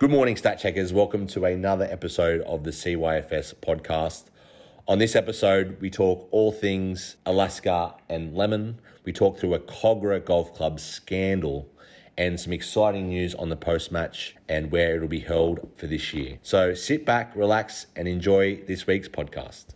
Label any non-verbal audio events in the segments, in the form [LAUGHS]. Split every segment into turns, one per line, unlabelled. Good morning, stat checkers. Welcome to another episode of the CYFS podcast. On this episode, we talk all things Alaska and lemon. We talk through a Cogra Golf Club scandal and some exciting news on the post match and where it'll be held for this year. So sit back, relax, and enjoy this week's podcast.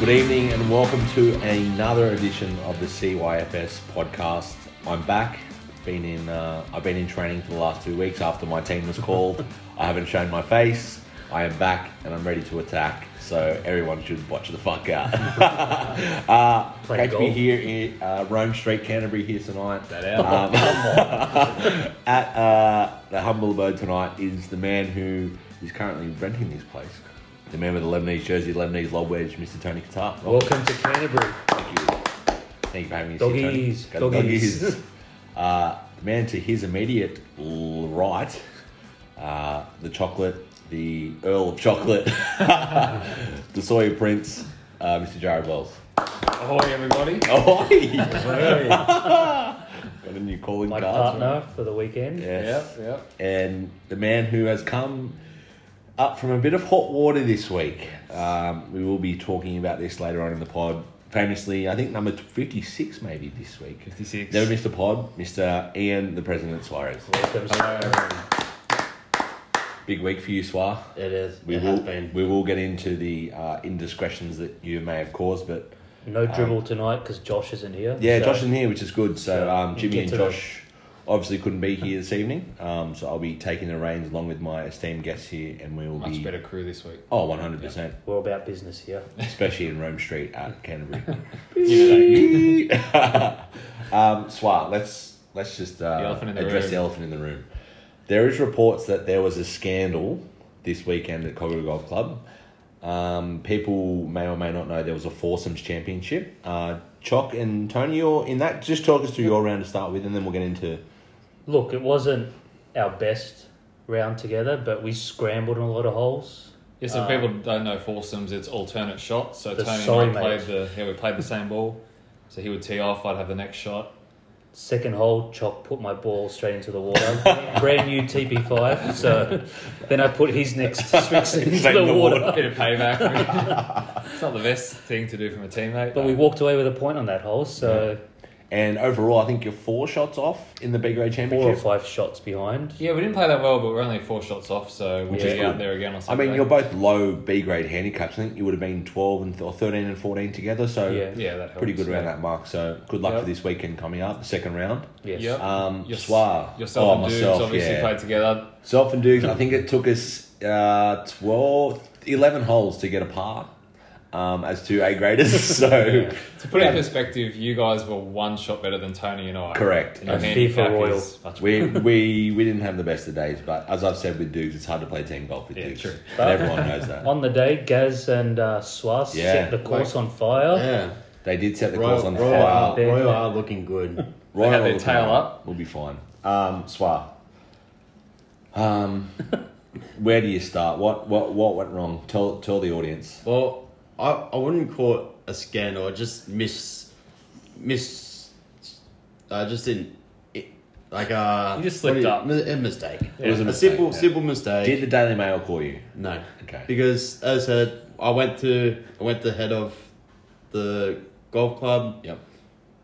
Good evening and welcome to another edition of the CYFS podcast. I'm back. Been in. Uh, I've been in training for the last two weeks after my team was
[LAUGHS]
called. I haven't shown my face. I am back and I'm ready to attack. So everyone should watch the fuck out. uh,
[LAUGHS] Play
catch me
golf.
here in uh, Rome Street, Canterbury here tonight.
That out.
Um, at uh, the Humble Bird tonight is the man who is currently renting this place. The man with the Lebanese jersey, Lebanese lob wedge, Mr. Tony Qatar.
Welcome to Canterbury.
Thank you. Thank you for having me.
Doggies,
Sir Tony. Go
doggies.
doggies. [LAUGHS] uh, the man to his immediate l- right, uh, the chocolate, the Earl of Chocolate, [LAUGHS] the Sawyer Prince, uh, Mr. Jared Wells. [LAUGHS]
Ahoy, everybody.
Oh, hi.
My
[LAUGHS] got a new calling card.
partner for the weekend.
Yes.
Yep, yep.
And the man who has come up from a bit of hot water this week. Um, we will be talking about this later on in the pod. Famously, I think number 56 maybe this week.
56.
Never missed a pod, Mr. Ian, the President Suarez.
Welcome.
Big week for you, Suar.
It is.
We
it
will
has been.
we will get into the uh, indiscretions that you may have caused, but
No dribble tonight because Josh isn't here.
yeah,
so-
Josh isn't here, which is good. So um,
We'll
Jimmy
get
and
to that.
Josh obviously couldn't be here this evening, um, so I'll be taking the reins along with my esteemed guests here, and we will
Much
be
better crew this week.
oh one hundred percent,
We're about business here.
especially in Rome Street at
[LAUGHS]
Canterbury.
the
[LAUGHS] um, Swat, let's let's just uh,
elephant in the
address
room.
the elephant in the room. There is reports that there was a scandal this weekend at Cogger Golf Club. Um, people may or may not know there was a foursomes championship. Uh, Chock and Tony, you're in that. Just talk us through your round to start with, and then we'll get into.
Look, it wasn't our best round together, but we scrambled in a lot of holes.
Um,
Yeah, so people don't know foursomes, it's alternate shots. So
The
Tony and
sorry
I played
mate.
the yeah, we played the same ball. So he would tee off, I'd have the
[LAUGHS]
next shot.
Second hole, Chalk put my ball straight into the [LAUGHS] water. Brand new TP5. So then I put his [LAUGHS] next tricks into
Straight
the,
in the
water.
Bit of
[LAUGHS]
payback. it's not the best thing to do from a teammate.
But we walked away with a point on that hole. So
And overall, I think you're four shots off in the B grade
four or
championship.
five shots behind.
Yeah, we didn't play that well, but we're only four shots off, so we'll
Which is
be out
good.
there again on
I
Saturday.
mean, you're both low B grade handicaps. I think you would have been twelve and or thirteen and fourteen together. So
Yeah.
Yeah, that helps.
pretty good
yeah.
around that mark. So good luck
Yep.
for this weekend coming up, the second round.
Yes.
Yep.
Um,
Your-
Suar.
Yourself
Oh,
and Dubes
myself,
obviously
yeah.
played together.
Self and Dukes, I think it took us uh, 12, 11 holes to get a par um, as two A graders. [LAUGHS] So
To put it in perspective, you guys were one shot better than Tony and I.
Correct.
And your
A FIFA
handicap
Royal.
is much
we, we we didn't have the best of days, but as I've said with Dukes, it's hard to play team golf with
Yeah,
Dukes.
true.
And everyone knows that.
On the day, Gaz and uh, Swaz
Yeah.
set the course on fire.
Yeah.
They did set the
Royal,
course on
Royal,
fire.
are,
Yeah.
Royal are looking good.
Royal
had their
will be
tail
fine.
up.
We'll be fine. Um, Swar. [LAUGHS] Um, where do you start? What what what went wrong? Tell tell the audience.
[LAUGHS] well, I, I wouldn't call it a scandal. I just miss miss. I just didn't. It, like uh,
You just
what
slipped
do
up.
mi- A mistake.
It was a
a
mistake,
simple
yeah.
simple mistake.
Did the Daily Mail call you?
no.
Okay.
Because as I said, I went to I went to head of the golf club.
Yep.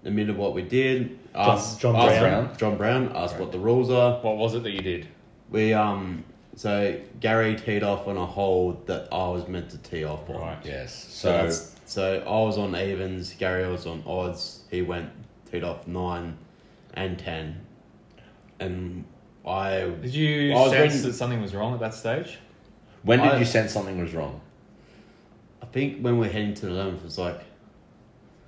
Admitted what we did.
John-
asked-
John
asked-
Brown.
John Brown asked what the rules are.
What was it that you did?
We um so Gary teed off on a hole that I was meant to tee off on.
Right.
Yes.
So
So
that's, so I was on evens, Gary was on odds. He went teed off nine and ten, and I
Did you
I was
sense
reading-
that something was wrong at that stage?
when did
I-
you sense something was wrong?
I think when we're heading to the eleventh, it was like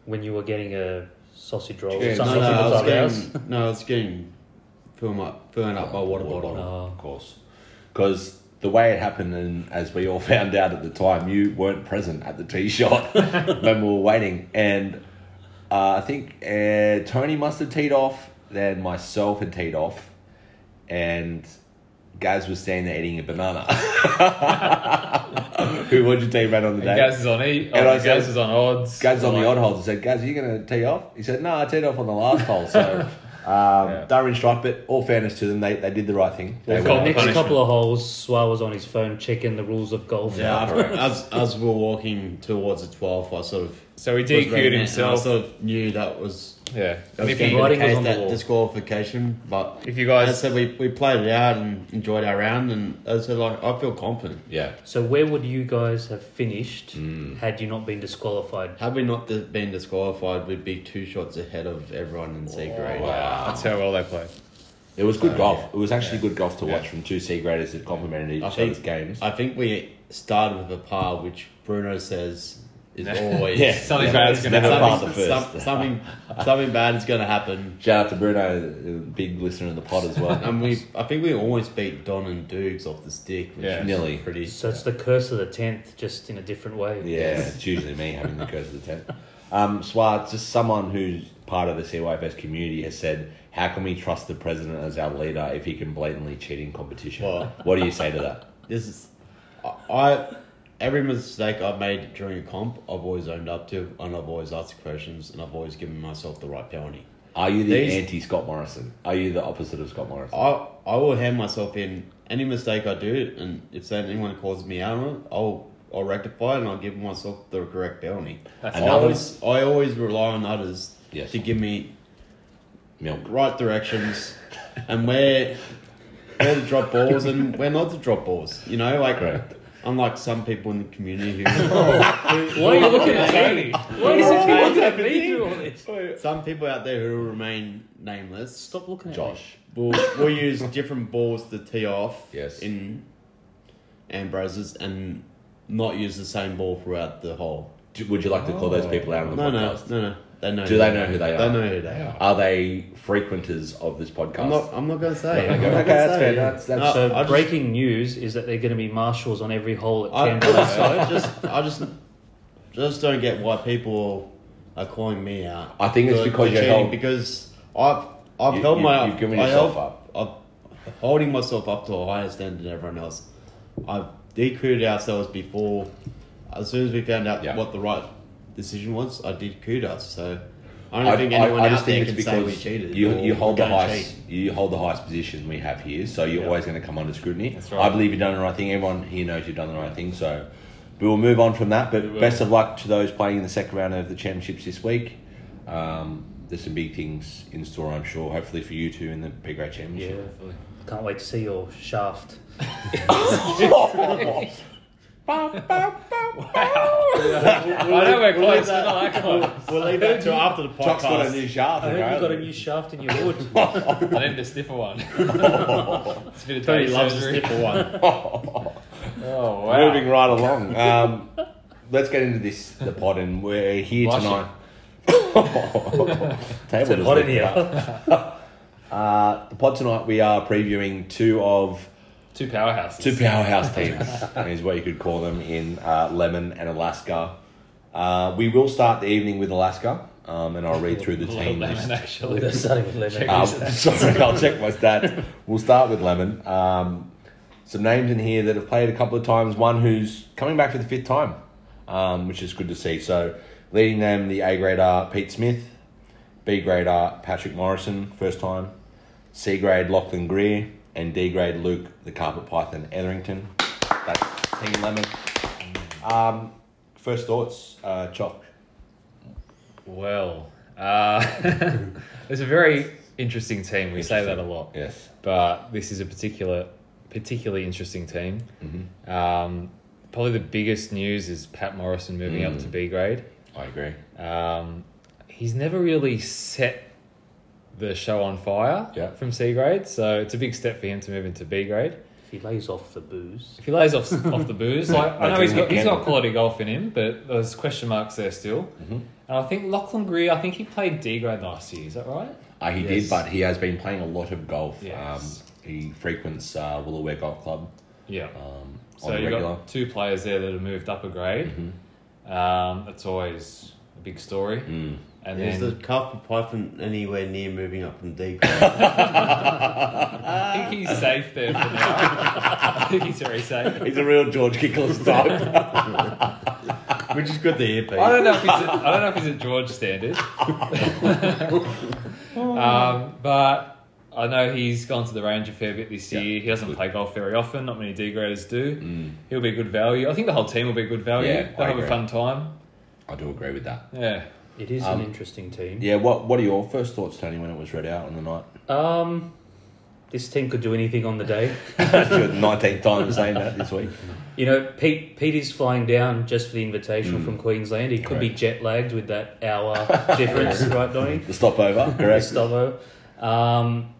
When you were getting a sausage roll or
Yeah,
no,
something.
no, I was
like that.
getting no, I was getting filling up filling up my water bottle.
bottle.
Of course. Because the way it happened, and as we all [LAUGHS] found out at the time, you weren't present at the tee [LAUGHS] shot when we were waiting. And uh, I think uh, Tony must have teed off, then myself had teed off, and Gaz was standing there eating a banana. [LAUGHS] Who would you take about on the day?
Gaz is on eight.
And I
Oh, Gaz
said-
is on odds.
Gaz on the
Like,
odd holes and said, Gaz, are you going to tee off? He said, no, I teed off on the last hole. So um, they were in strife, but all fairness to them, they, they did the right thing. They
Well,
went
next
punishment.
couple of holes, Swa was on his phone checking the rules of golf.
Yeah, as as we were walking towards the 12th, I sort of
So he
was reading it,
DQ'd
and I
himself.
sort of knew that was
Yeah.
that
And
was
you-
if
going to
you,
be
Writing
the
was
case,
on the
that
wall.
disqualification. But
if you
as I
guys.
said, we, we played it out and enjoyed our round, and as I said, like I feel confident.
Yeah.
So where would you guys have finished
Hmm.
had you not been disqualified?
Had we not di- been disqualified, we'd be two shots ahead of everyone in C grade.
Wow.
That's how well they played.
It was good
So,
golf.
Oh, yeah.
It was actually good golf to
Yeah.
watch from two C graders that complemented each
I
other's
think-
games.
I think we started with a par, which Bruno says is
[LAUGHS] [LAUGHS]
always
Yeah.
Something
Yeah.
bad is
It's
going to
never
happen.
par
something,
the first.
some- something something bad is going to happen.
Shout out to Bruno, a big listener in the pod as
[LAUGHS]
well.
And we, I think we almost beat Don and Dukes off the stick, which
Yeah.
is
Nearly.
pretty.
So it's the curse of the tenth, just in a different way.
Yeah, it's usually me having the curse of the tent. Um, Swat, just someone who's part of the CYFS community has said, how can we trust the president as our leader if he can blatantly cheat in competition?
Well-
what do you say to that?
This is, I- I, every mistake I've made during a comp, I've always owned up to, and I've always asked questions, and I've always given myself the right penalty.
Are you the
These- Oh.
anti Scott Morrison? Are you the opposite of Scott Morrison?
I, I will hand myself in any mistake I do, and if anyone calls me out on it, I'll, I'll rectify it and I'll give myself the correct penalty.
That's
I
Another-
always, I always rely on others
Yes.
to give me
Milk.
right directions and where where to drop balls and where not to drop balls. You know, like
Correct.
unlike some people in the community
Why are you looking at me? Why is it you
Why
looking at me through all this?
who, some people out there who will remain nameless,
Stop looking at me.
Josh.
will will use different balls to tee off.
Yes.
In Ambrose's and not use the same ball throughout the whole.
Do- Would you like to call those people out on the
No, no,
podcast?
no, no. They know.
Do they know who they are?
They know who they are.
Are they frequenters of this podcast?
I'm not. I'm not going to say. I'm
Okay,
not gonna
that's
say.
fair. That's- that's-
No,
So
I just-
breaking news is that they're going to be marshals on every hole at
I, [LAUGHS]
Canberra.
I just, I just, just don't get why people are calling me out.
I think it's
for-
because
for
you're
cheating,
held-
because I've, I've
You-
held
you-
my,
you've given
I
yourself
held-
up.
I'm holding myself up to a higher standard than everyone else. I've DQ'd ourselves before. As soon as we found out
Yeah.
what the right decision was, I DQ'd us. So I don't
I,
think
I-
anyone
I
out
just
there
think it's
can say we
because
cheated.
you,
or
you hold the
don't
highest
cheat.
you hold the highest position we have here, so you're always going to come under scrutiny.
That's right.
I believe you've done the right thing. Everyone here knows you've done the right thing, so we will move on from that. But
will.
best of luck to those playing in the second round of the championships this week. Um, there's some big things in store, I'm sure. Hopefully for you two in the Big Grade
Yeah.
Championship.
Can't wait to see your shaft.
[LAUGHS]
I know we're
We'll leave
close. We're not
that-
that close.
We'll leave that till after the
Chuck's got a
podcast.
new shaft.
I heard you got a
apparently.
new shaft in your wood.
[LAUGHS] I need to sniff a one. it's a bit of
Tony
dirty
loves to
surgery.
sniff a one.
[LAUGHS]
Oh wow.
Moving right along. Um, let's get into this, the pod, and we're here
Blushing.
tonight.
[LAUGHS]
Table
It's
just
hot in
lifted
here.
up. uh, the pod tonight, we are previewing two of
Two powerhouses.
two powerhouse
[LAUGHS]
teams, is what you could call them in uh, Lemon and Alaska. Uh, we will start the evening with Alaska, um, and I'll read through the
Little lemon,
teams.
actually.
They're starting with lemon.
Um, [LAUGHS] sorry, I'll check my stats. We'll start with Lemon. Um, some names in here that have played a couple of times. One who's coming back for the fifth time, um, which is good to see. So, leading them, the A grade are Pete Smith, B grade are Patrick Morrison, first time, C grade Lachlan Greer, and D grade Luke, the carpet python Etherington. That's Team Lemon. Um, first thoughts, uh, Chalk.
Well, uh, [LAUGHS] it's a very interesting team. We say that a lot.
Yes.
but this is a particular, particularly interesting team. Um, probably the biggest news is Pat Morrison moving up to B grade.
I agree.
Um, he's never really set the show on fire
Yeah.
from C grade, so it's a big step for him to move into B grade.
If he lays off the booze.
If he lays off off the booze, like I
Like
know he's
in the
got he's
game.
got quality golf in him, but there's question marks there still. And I think Lachlan Greer, I think he played D grade last year. Is that right?
Uh, he
Yes.
did, but he has been playing a lot of golf.
Yes.
Um, he frequents uh, Willoware Golf Club
Yeah.
um,
So
on the
you've
regular. Mm-hmm.
got two
Mm.
players there that have moved up a grade. Um, that's always a big story. And
Is the
then
Carlton Python anywhere near moving up from D
[LAUGHS]
grade?
I think he's safe there for now. [LAUGHS] I think he's
[LAUGHS]
very safe.
He's a real George [LAUGHS] Kickles type.
[LAUGHS] Which is good to hear, Pete.
I don't know if he's at, I don't know if he's at
[LAUGHS]
George standard, um, but I know he's gone to the range a fair bit this year. He doesn't play golf very often. Not many D graders do. He'll be good value. I think the whole team will be good value.
Mm. Yeah,
They'll
I
have
agree.
a fun time.
I do agree with that. [LAUGHS]
Yeah.
It is an interesting team.
Yeah, what what are your first thoughts, Tony, when it was read out on the night? [LAUGHS]
Um, this team could do anything on the day.
That's your 19th time of saying that this week.
You know, Pete Pete is flying down just for the invitation from Queensland. He could be jet lagged with that hour difference, right, Donny?
The stopover, correct?
Gustavo. Um,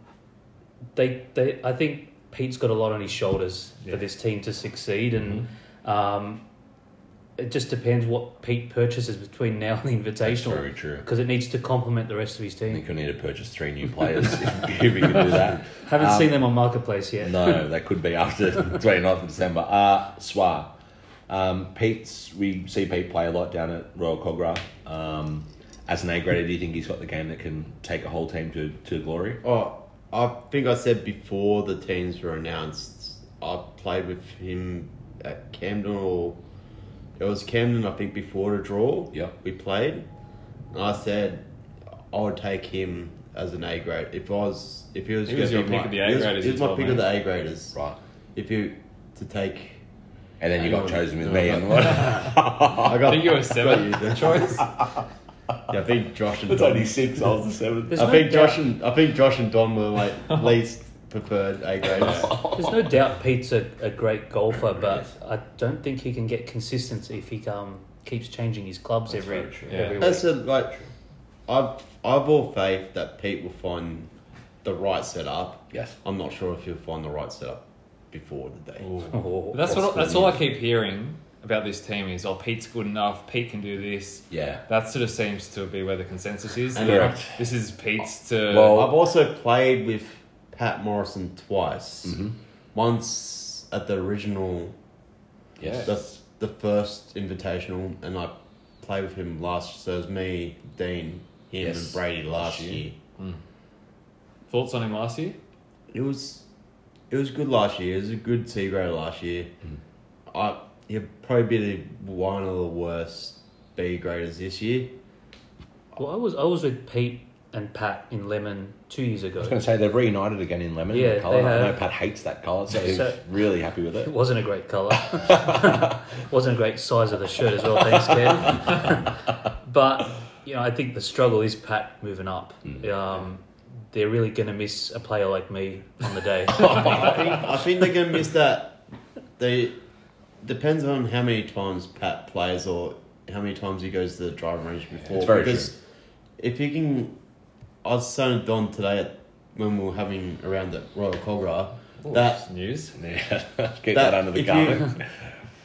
they, they, I think Pete's got a lot on his shoulders for this team to succeed, and
Mm-hmm.
um, it just depends what Pete purchases between now and the
Very
invitational
true.
because it needs to complement the rest of his
I think
team.
he'll need to purchase three new players if we can do that.
Haven't seen them on marketplace yet.
Um, No, that could be [LAUGHS] after 29th of December. Uh, Swa. Um, Pete's, we see Pete play a lot down at Royal Cogra. Um, as an A grader, do you think he's got the game that can take a whole team to, to glory?
Oh, I think I said before the teams were announced. I played with him at Camden, or it was Camden, I think, before the draw.
Yep.
we played, and I said I would take him as an A grade if I was if he was
He was
gonna
your
be
pick
my-
of the A
he was-
graders,
He was
you
my
told
pick
me.
of the A graders.
Right.
If you to take,
And then you got
Um,
chosen with
no,
me [LAUGHS]
no.
on the
[LAUGHS] I
I
got
think you were
got
seventh [LAUGHS]
you.
choice.
Yeah, I think Josh and
It's
Don.
only six, I was the seventh.
There's
I
no
think
doubt-
Josh and I think Josh and Don
[LAUGHS]
were like least preferred A graders.
[LAUGHS]
There's no doubt Pete's a, a great golfer, but I don't think he can get consistency if he um, keeps changing his clubs every,
very true.
every
That's
week.
a, like, I've I've all faith that Pete will find the right setup.
Yes.
I'm not sure if he'll find the right setup before the day.
Oh.
But that's
That's
what.
good
That's all I keep hearing about this team is, oh, Pete's good enough. Pete can do this.
Yeah.
That sort of seems to be where the consensus is.
And
Correct.
This is Pete's to.
Well-
I've also played with Pat Morrison twice.
Mm-hmm.
Once at the original,
Yes.
the, the first invitational, and I played with him last. So it was me, Dean, him,
Yes.
and Brady last
Last year.
year.
thoughts on him last year?
It was, it was good last year. It was a good C grade last year.
Hmm.
I he'll probably be the, one of the worst B graders this
[LAUGHS]
year.
Well, I was I was with Pete and Pat in Lemon two years ago.
I was going to say they've reunited again in lemon.
Yeah,
the colour.
they
I know
have.
Pat hates that colour, [LAUGHS] so he's
So-
really happy with [LAUGHS]
It
it.
wasn't a great colour. [LAUGHS] wasn't a great size of the shirt as well, thanks, Kev. [LAUGHS] but, you know, I think the struggle is Pat moving up.
Mm.
Um, they're really going to miss a player like me on
[LAUGHS]
the day.
I think I think they're gonna miss that. They depends on how many times Pat plays or how many times he goes to the driving range before.
it's very
if you can, I was saying to Don today at, when we were having around the Royal Cogra that
Just news.
Yeah. [LAUGHS] Keep that, under the
if
garment.
[LAUGHS]
You,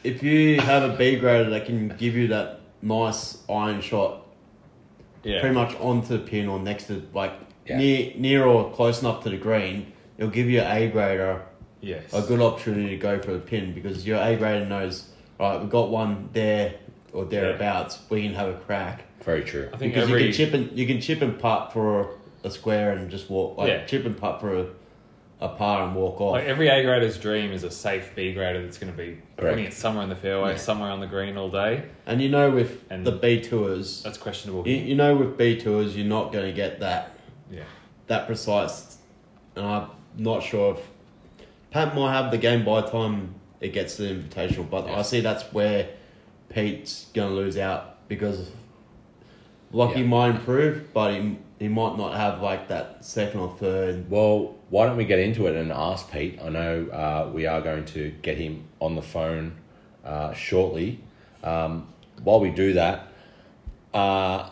if you have a B grader that can give you that nice iron shot,
Yeah.
pretty much onto the pin or next to like
Yeah.
near near or close enough to the green, it'll give you an A grader
Yes.
a good opportunity to go for the pin because your A grader knows, right, we've got one there or thereabouts, we can have a crack.
Very true.
I think
Because
every
you can chip and you can chip and putt for a square and just walk like
Yeah.
chip and putt for a, a par and walk off.
like every A grader's dream is a safe B grader that's going to be
Correct.
putting it somewhere in the fairway, somewhere on the green all day.
and you know with
And-
the B tours
That's questionable.
you, you know with B tours you're not gonna get that
yeah.
that precise and I'm not sure if Pat might have the game by the time it gets to the invitational, but I
Yes.
see that's where Pete's gonna lose out because Lockie
Yeah.
might improve, but he, he might not have like that second or third.
Well, why don't we get into it and ask Pete? I know uh, we are going to get him on the phone uh, shortly. Um, while we do that, uh,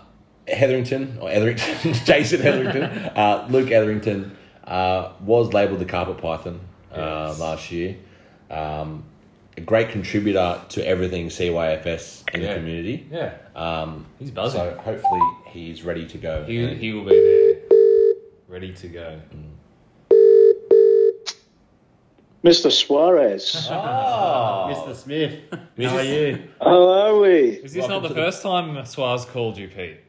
Hetherington or Etherington, [LAUGHS] Jason Hetherington, uh, Luke Etherington uh, was labelled the carpet python uh,
Yes.
last year. Um, a great contributor to everything CYFS in the
Yeah.
community.
Yeah.
Um,
He's buzzing.
so hopefully he's ready to go.
he,
And-
he will be there, ready to go.
Mr. Suarez.
Mr. [LAUGHS] Smith, how
Mr.
are you?
How are we?
Is this not the first time Swaz called you, Pete?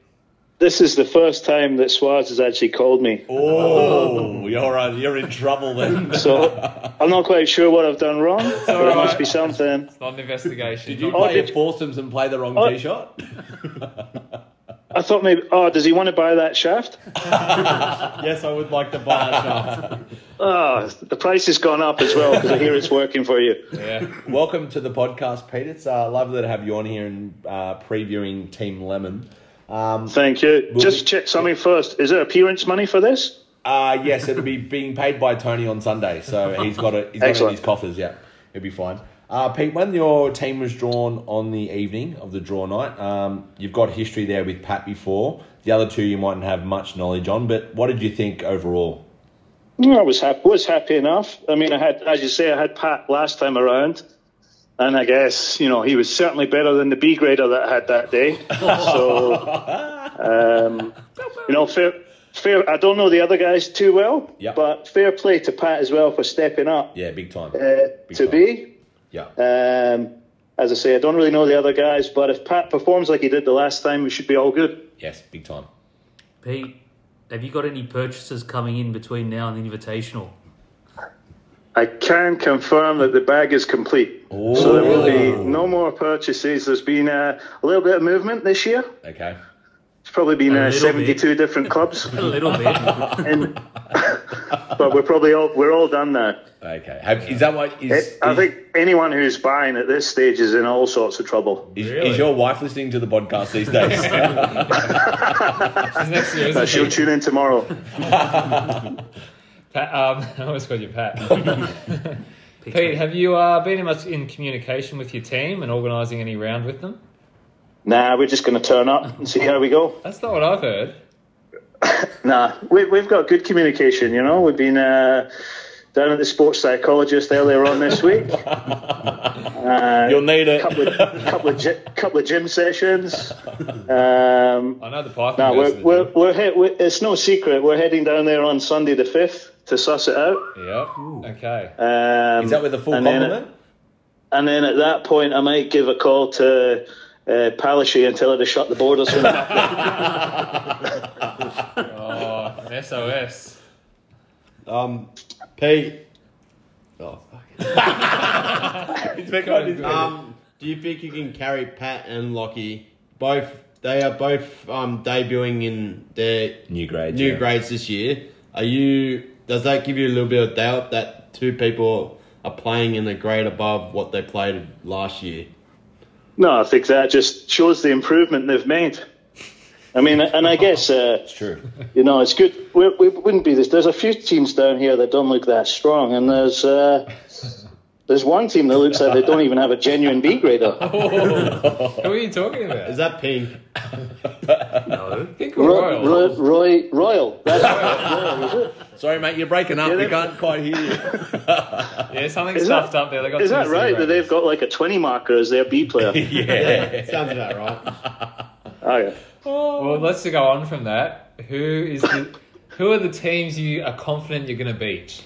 This is the first time that Suarez has actually called me.
Oh, you're on, you're in trouble [LAUGHS] then.
So I'm not quite sure what I've done wrong, but it must be something.
Not [LAUGHS] an investigation.
Oh, Did you
not-
play your foursomes and play the wrong
Oh.
tee shot? [LAUGHS]
I thought maybe, oh, does he want to buy that shaft?
Yes, I would like to buy that
[LAUGHS]
Oh, the price has gone up as well because I hear it's working for you.
yeah.
Welcome to the podcast, Pete. It's uh, lovely to have you on here and uh, previewing Team Lemon. Um,
Thank you. Just check something first. Is there appearance money for this?
uh, yes, it'll be being paid by Tony on Sunday, so he's got it. He's got it in
Excellent.
his coffers. Yeah, it'll be fine. Uh, Pete, when your team was drawn on the evening of the draw night, um, you've got history there with Pat before. The other two you mightn't have much knowledge on, but what did you think overall?
No, I was happy. Was happy enough. I mean, I had, as you say, I had Pat last time around, and I guess you know he was certainly better than the B grader that I had that day. So,
[LAUGHS]
um, you know, fair, fair. I don't know the other guys too well,
Yeah.
but fair play to Pat as well for stepping up
Yeah, big time.
uh, to
time.
be.
Yeah.
Um, as I say, I don't really know the other guys, but if Pat performs like he did the last time, we should be all good.
Yes, big time.
Pete, have you got any purchases coming in between now and the Invitational?
I can confirm that the bag is complete. So there will be
Oh.
no more purchases. There's been uh, a little bit of movement this year.
Okay.
It's probably been
A
uh,
little
72 different
[LAUGHS]
clubs,
A
[LAUGHS]
little bit.
and, [LAUGHS] but we're probably all we're all done now.
Okay. Have, is that what is?
It, I
is-
think anyone who's buying at this stage is in all sorts of trouble.
Is,
Really?
is your wife listening to the podcast these
[LAUGHS]
days?
She's next year, isn't
Uh, she'll
she?
tune in
[LAUGHS]
tomorrow.
Pat, um, [LAUGHS] I always called you Pat.
Pete's
Pete,
mate.
have you uh, been in much in communication with your team and organising any round with them?
Nah, we're just going to turn up and see how we go.
That's not what I've heard.
Nah, we, we've got good communication, you know. We've been uh, down at the sports psychologist earlier on this week. Uh,
You'll need it.
couple of, couple of, gy- couple of gym sessions. Um,
I know the Python.
nah,
goes to
we're,
the
we're,
gym.
we're, he- we're, it's no secret. We're heading down there on Sunday the 5th to suss it out.
Yep. Okay.
Um,
Is that with a full
and then-
compliment?
and then at that point, I might give a call to uh, Palaszczuk and tell her to shut the borders.
[LAUGHS]
for me.
Oh,
[LAUGHS]
an SOS.
Um, Pete. Oh, fuck. um, do you think you can carry Pat and Lockie? Both they are both um, debuting in their
New grade.
new
yeah.
grades this year. Are you? Does that give you a little bit of doubt that two people are playing in a grade above what they played last year?
no, I think that just shows the improvement they've made. I mean, and I guess. Uh,
[LAUGHS] It's true.
You know, it's good. We, we wouldn't be this. There's a few teams down here that don't look that strong, and there's uh, there's one team that looks like they don't even have a genuine B grader.
Who are you talking about?
Is that pink?
No.
Pink or
Roy,
Royal?
Roy, Roy Royal. That's Royal, is it?
Sorry, mate, you're breaking up.
Yeah,
we
they've-
can't quite hear you.
Yeah, something
Is
stuffed
that-
up there. They got
[LAUGHS] Is
two
that right that
cigarettes.
they've got like a 20 marker as their B [LAUGHS]
[LAUGHS]
player?
yeah.
Sounds about
[LAUGHS]
right.
oh, yeah.
Well, let's go on from that. Who is the? Who are the teams you are confident you're going to beat?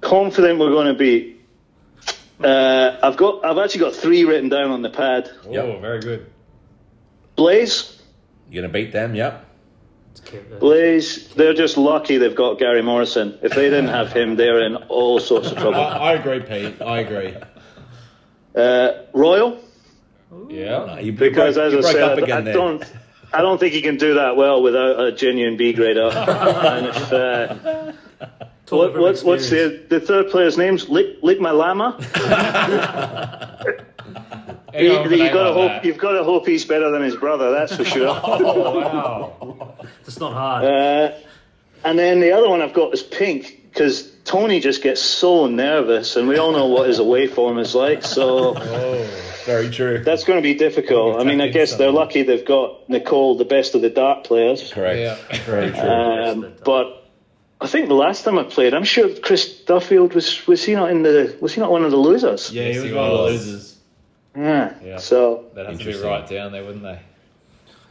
Confident we're going to be. Uh, I've got. I've actually got three written down on the pad.
Yep.
Oh, very good.
Blaze,
You're going to beat them, yep.
It's Kev- uh,
Blaze. They're just lucky they've got Gary Morrison. If they didn't have him, they're in all sorts of
[LAUGHS]
I,
trouble.
I agree, Pete. I agree.
Uh, Royal.
No,
Yeah.
you
Because
broke,
as
you
I
broke
said,
up
I,
again
I
there.
don't, I don't think he can do that well without a genuine B grader.
[LAUGHS]
and if, uh,
talk
what,
from
what, what's
experience.
the the third player's name's Lick, Lick my llama.
Hang
You,
on for
have
name
got to
like
hope
that.
you've got to hope he's better than his brother. That's
[LAUGHS]
for sure.
Wow.
It's not hard.
uh, and then the other one I've got is Pink because Tony just gets so nervous, and we all know what his away form is like.
[LAUGHS]
So.
Oh, Very true.
That's going to be difficult. I mean, I guess they're lucky they've got Nicole, the best of the dart players.
Correct.
Yeah.
Very true.
Um, but I think the last time I played, I'm sure Chris Duffield was was he not in the was he not one of the losers?
Yeah,
Yes,
he was
he
one of the
was.
losers.
Yeah.
Yeah.
So
They'd have to be
Interesting.
right down there, wouldn't they?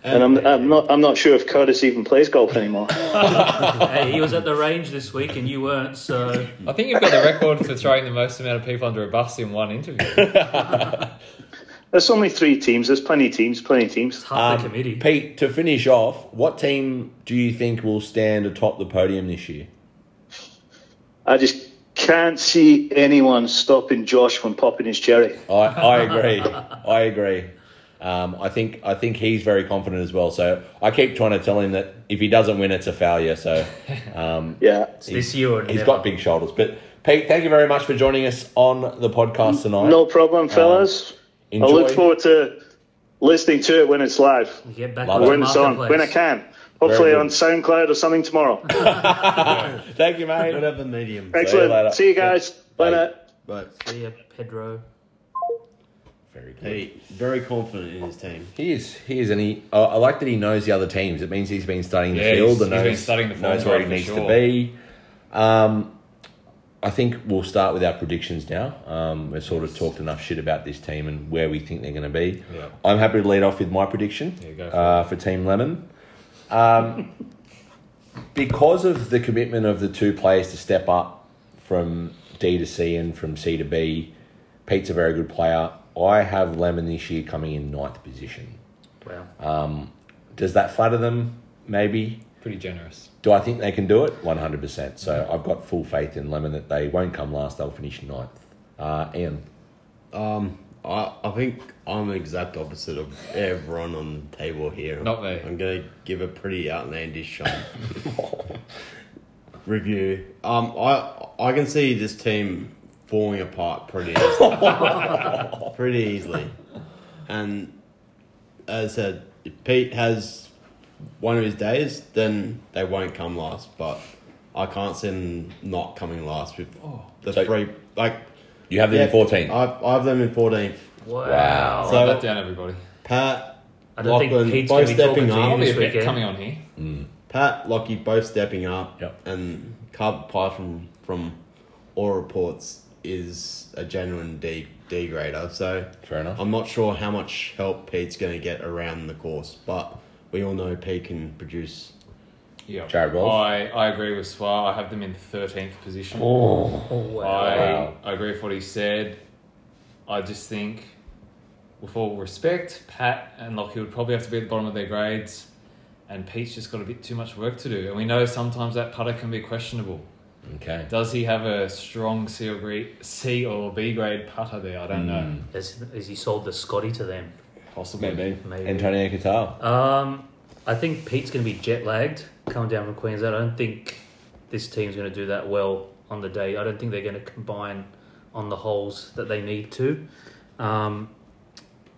and I'm I'm not I'm not sure if Curtis even plays golf anymore.
hey, he was at the range this week and you weren't, so
I think you've got the record for throwing the most amount of people under a bus in one interview.
There's only three teams. There's plenty of teams. Plenty of teams.
Half the
Um,
committee.
Pete, to finish off, what team do you think will stand atop the podium this year?
I just can't see anyone stopping Josh from popping his cherry.
I, I
[LAUGHS]
agree. I agree. Um, I think I think he's very confident as well. So I keep trying to tell him that if he doesn't win, it's a failure. So
Yeah.
this year or
he's
never.
got big shoulders. But Pete, thank you very much for joining us on the podcast tonight.
No problem, fellas. I look
Um, enjoy.
forward to listening to it when it's live,
Get back
Love
on
it.
the
when it's on,
marketplace.
when I can. Hopefully
good.
on SoundCloud or something tomorrow.
Thank you,
[LAUGHS]
mate.
Whatever medium.
later.
Excellent. See you guys.
Bye.
Bye now.
But
See ya, Pedro.
Very good.
he very confident in his team.
He is. He is, and he. I I like that he knows the other teams. It means he's been studying the
Yeah,
field
he's-
and
he's
knows,
been studying the form
knows where he
guide for
needs to
sure.
be. Um, I think we'll start with our predictions now. Um, we've sort of talked enough shit about this team and where we think they're going to be.
Yeah.
I'm happy to lead off with my prediction
Yeah, go for
uh, for Team Lemon. Um, [LAUGHS] because of the commitment of the two players to step up from D to C and from C to B, Pete's a very good player. I have Lemon this year coming in ninth position. Um,
Wow.
Does that flatter them? Maybe.
Pretty generous.
Do I think they can do it? 100%. So I've got full faith in Lemon that they won't come last. They'll finish ninth. Uh, Ian.
Um, I, I think I'm the exact opposite of everyone on the table here.
Not me.
I'm going to give a pretty outlandish um, [LAUGHS] review. Um, I I can see this team falling apart pretty easily. pretty easily. [LAUGHS] And as I said, if Pete has one of his days, then they won't come last. But I can't see them not coming last with
Oh.
the
So-
three. Like,
You have them in 14.
I've, I've them in 14th.
Wow.
Wow.
So-
Write that down, everybody.
Pat,
I don't think
Lachlan,
Pete's gonna
both
be talking
stepping
to you
up.
this
Probably a bit
weekend.
coming on here.
Pat, Lockie both stepping up,
Yep.
and Carb Pie from from all reports is a genuine D D grader. So
Fair enough.
I'm not sure how much help Pete's going to get around the course, but we all know Pete can produce.
Yeah.
Jared Wells.
I, I agree with Swa. I have them in 13th position.
Oh.
Oh, wow.
I,
Wow.
I agree with what he said. I just think, with all respect, Pat and Lockie would probably have to be at the bottom of their grades, and Pete's just got a bit too much work to do. And we know sometimes that putter can be questionable.
Okay.
Does he have a strong C or, gre- C or B grade putter there? I don't know.
Hmm.
Has, has he sold the Scotty to them?
Possibly.
Maybe.
Antonio Catal.
Um, I think Pete's going to be jet lagged coming down from Queensland. I don't think this team's going to do that well on the day. I don't think they're going to combine on the holes that they need to. Um,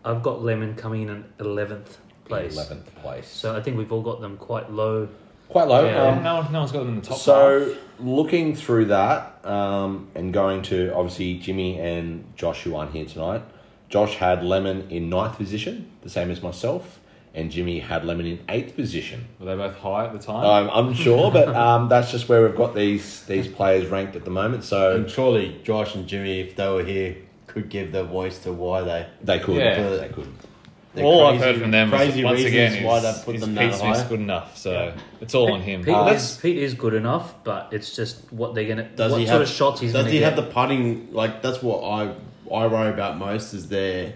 I've got Lemon coming in in eleventh place.
11th place.
So I think we've all got them quite low.
Quite low.
Yeah,
Um,
no, no one's got them in the top
so
half.
looking through that um, and going to obviously Jimmy and Josh who aren't here tonight. Josh had Lemon in ninth position, the same as myself, and Jimmy had Lemon in eighth position.
Were they both high at the time?
I'm unsure, but um, that's just where we've got these these players ranked at the moment. So
And surely Josh and Jimmy, if they were here, could give their voice to why they.
they could,
Yeah.
they could. Uh,
the
all I've
crazy-
heard from them is,
crazy
once
reasons
again
why
is,
they put
is
them that
Pete Smith's
high.
good enough. So it's all on him.
Pete,
Uh,
is, Pete is good enough, but it's just what they're going to.
Does
what
he
sort
have
of shots he's
Does
going to
he
get?
have the putting? Like that's what I I worry about most is their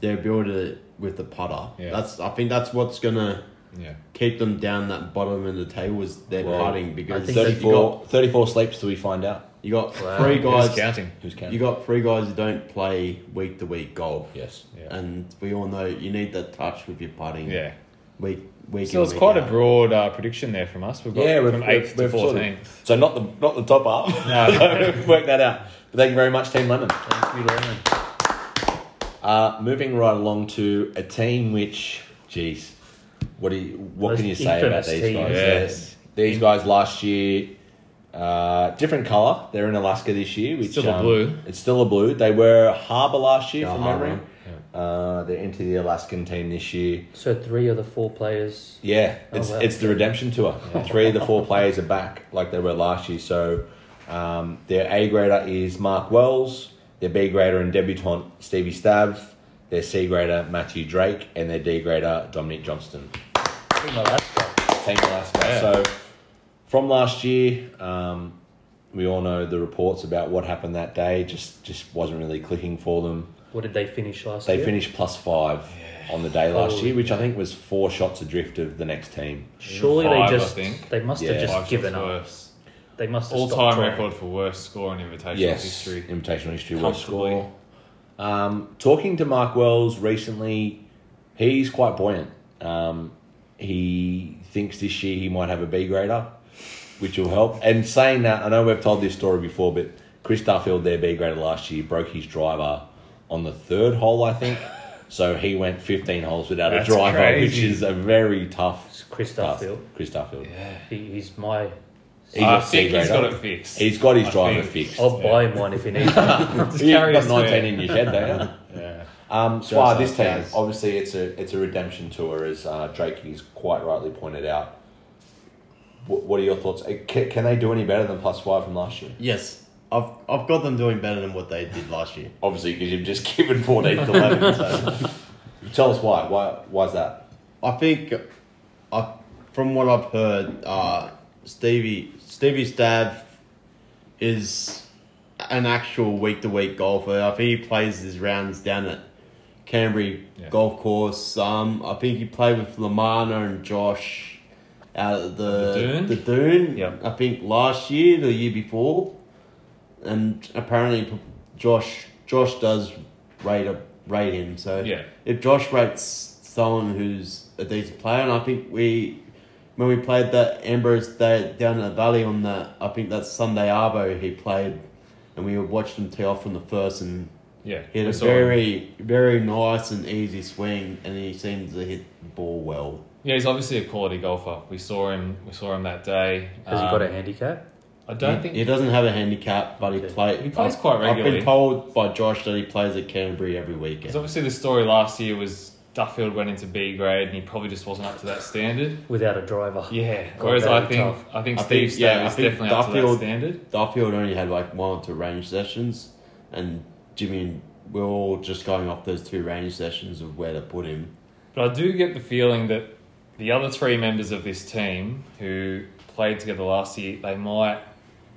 their ability with the putter.
Yeah.
That's I think that's what's gonna
yeah.
keep them down that bottom of the table is their
Well,
putting
I
because
think
you
34,
got
34 sleeps till we find out
you got
Wow.
three
Who's
guys
counting?
who's
you
counting.
got three guys who don't play week to week golf.
yes.
Yeah.
And we all know you need that touch with your putting.
Yeah.
Week week.
So
in,
it's
week
quite a
out.
broad uh, prediction there from us. We've got
Yeah, we've,
from
we've-
8th to
we've sort of-
14th.
so not the not the top up. [LAUGHS] No, work that out. But thank you very much, Team Lemon.
Thank you, Lemon.
Uh, moving right along to a team which, geez, what do you, what
Those
can you say about
infamous
these
teams.
guys?
Yes.
These guys last year, uh, different colour. They're in Alaska this year. Which, um,
Still a blue.
It's still a blue. They were Harbour last year,
Yeah,
from memory.
Harbour.
Uh, they're into the Alaskan team this year.
So three of the four players.
Yeah, it's
Oh, wow.
it's the redemption tour. Three of the four players are back like they were last year. So um, their A grader is Mark Wells, their B grader and debutant Stevie Stav, their C grader Matthew Drake, and their D grader Dominic Johnston. Team Alaska.
Yeah.
So from last year, um, we all know the reports about what happened that day. Just just wasn't really clicking for them.
What did they finish last
They
year?
finished plus five on the day last
Holy
year, which I think was four shots adrift of the next team.
Surely
Five, I
they just
think.
they must
Yeah.
have just
Five
given
shots
up.
worse.
They must have
All
stopped
time
trying.
record for worst score in invitational
yes,
history.
invitational history world
Comfortably.
score. Um, talking to Mark Wells recently, he's quite buoyant. Um, he thinks this year he might have a B grader, which will help. And saying that, I know we've told this story before, but Chris Duffield, their B grader last year, broke his driver on the third hole, I
[LAUGHS]
think. So he went 15 holes without
That's
a driver,
crazy.
which is a very tough.
It's Chris
task.
Duffield.
Chris Duffield.
Yeah.
He, he's my.
He
I
got C
think he's
grader.
Uh, got it fixed.
He's got his
I
driver
think.
fixed.
I'll buy him one if he needs one.
Just
You've
carry
got
us through.
19 in your shed, don't you?
[LAUGHS] Yeah.
Um, so
Show
ah,
us
this
how
team,
it goes.
obviously, it's a it's a redemption tour, as uh, Drakey's quite rightly pointed out. What, what are your thoughts? Uh, Can, can they do any better than plus five from last year?
Yes, I've I've got them doing better than what they did last year.
Obviously, because you've just [LAUGHS] given fourteen to eleven. So tell us why. Why why's that?
I think, I from what I've heard, uh, Stevie Stevie Stab is an actual week to week golfer. I think he plays his rounds down at Canterbury
Yeah.
Golf Course. Um, I think he played with Lamana and Josh out at the
The Dune?
The Dune.
Yeah.
I think last year, the year before, and apparently p- Josh Josh does rate a, rate him. So
Yeah.
if Josh rates someone who's a decent player, and I think we when we played that Ambrose Day down in the valley on the I think that's Sunday Arbo he played, and we watched him tee off from the first and
Yeah.
he had
we
a
saw him.
very very nice and easy swing, and he seemed to hit the ball well.
Yeah, he's obviously a quality golfer. We saw him. We saw him that day.
Has he
Um,
got a handicap?
I don't
he,
think.
he doesn't have a handicap, but he
Okay.
play,
He plays quite
I've
regularly.
been told by Josh that he plays at Canterbury every
Because
weekend.
obviously the story last year was Duffield went into B grade and he probably just wasn't up to that standard.
Without a driver.
Yeah.
God,
Whereas I
that'd be
think
tough.
I think
I
Steve
think-
Stab
yeah, I
is
think
definitely up to that
Duffield-
standard.
Duffield only had like one or two range sessions, and Jimmy and we we're all just going off those two range sessions of where to put him.
But I do get the feeling that the other three members of this team who played together last year, they might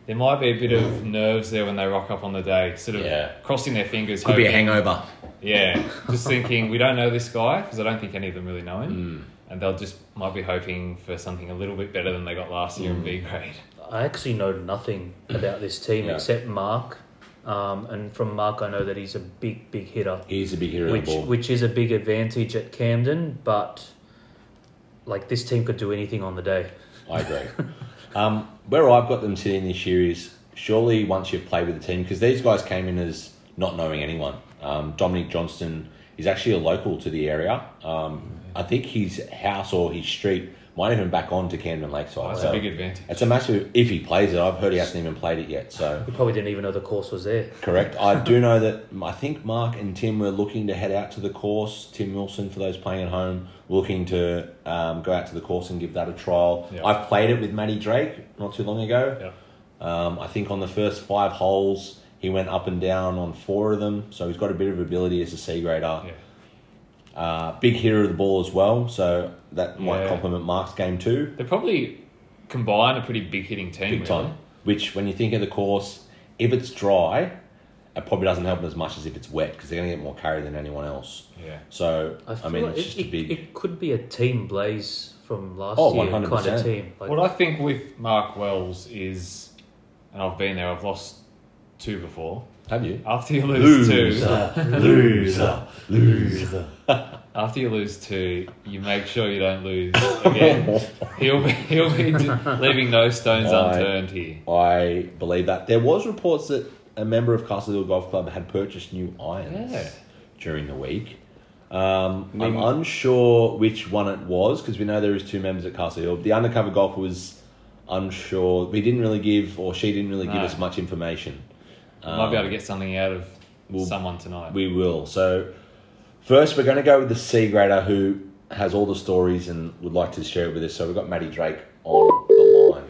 there might be a bit of nerves there when they rock up on the day, sort of
Yeah.
crossing their fingers.
Could be a
hoping-
hangover.
Yeah, just thinking we don't know this guy because I don't think any of them really know him,
Mm.
and they'll just might be hoping for something a little bit better than they got last
Mm.
year in B grade.
I actually know nothing about this team
Yeah.
except Mark. Um, and from Mark, I know that he's a big, big hitter,
He's a big hitter of
which
the ball.
which is a big advantage at Camden. But like this team could do anything on the day.
I agree. [LAUGHS] um, where I've got them sitting this year is surely once you've played with the team, because these guys came in as not knowing anyone. Um, Dominic Johnston is actually a local to the area. Um, I think his house or his street might even back on to Camden Lakeside.
That's
so
a big advantage.
It's a massive if he plays it. I've heard he hasn't even played it yet. So
He probably didn't even know the course was there.
Correct. I do know that I think Mark and Tim were looking to head out to the course. Tim Wilson, for those playing at home, looking to um, go out to the course and give that a trial.
Yeah.
I've played it with Matty Drake not too long ago.
Yeah.
Um, I think on the first five holes, he went up and down on four of them. So he's got a bit of ability as a C grader.
Yeah.
Uh, big hitter of the ball as well. So that might
Yeah.
complement Mark's game too.
They probably combine a pretty big hitting team.
Big
really.
time. Which, when you think of the course, if it's dry, it probably doesn't help as much as if it's wet because they're going to get more carry than anyone else.
Yeah.
So,
I,
I,
feel
mean,
like
it's
it,
just
it,
a big.
it could be a team blaze from last
Oh,
year kind of
100%.
team. Like,
What I think with Mark Wells is, and I've been there, I've lost two before.
have you?
After you lose two,
Uh.
loser, loser.
after you lose two, you make sure you don't lose
[LAUGHS]
again. he'll be he'll be d- leaving no stones
Right.
unturned here.
[LAUGHS] I believe that. There was reports that a member of Castleville Golf Club had purchased new irons
Yeah.
during the week. Um, I'm
mean-
unsure which one it was because we know there is two members at Castle Hill. The undercover golfer was unsure. We didn't really give, or she didn't really give
No.
us much information.
Might be able to get something out of someone tonight. [LAUGHS]
We will. So, first, we're going to go with the C grader who has all the stories and would like to share it with us. So, we've got Maddie Drake on the line.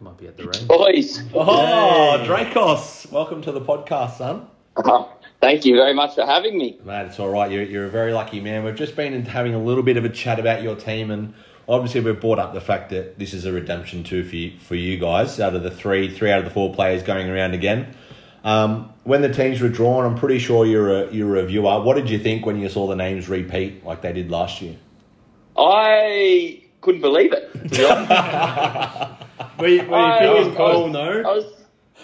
might be at the range.
Boys,
Oh, Dracos, welcome to the podcast, son.
Uh, Thank you very much for having me.
Mate, it's all right. You're, you're a very lucky man. We've just been in- having a little bit of a chat about your team, and obviously we've brought up the fact that this is a redemption too for you, for you guys. Out of the three, three out of the four players going around again. Um, when the teams were drawn, I'm pretty sure you're a you're a viewer. What did you think when you saw the names repeat like they did last year? [LAUGHS]
I couldn't believe it. to
[LAUGHS]
be honest.
Were you, were
I-
you
Oh,
thinking, oh no?
I was,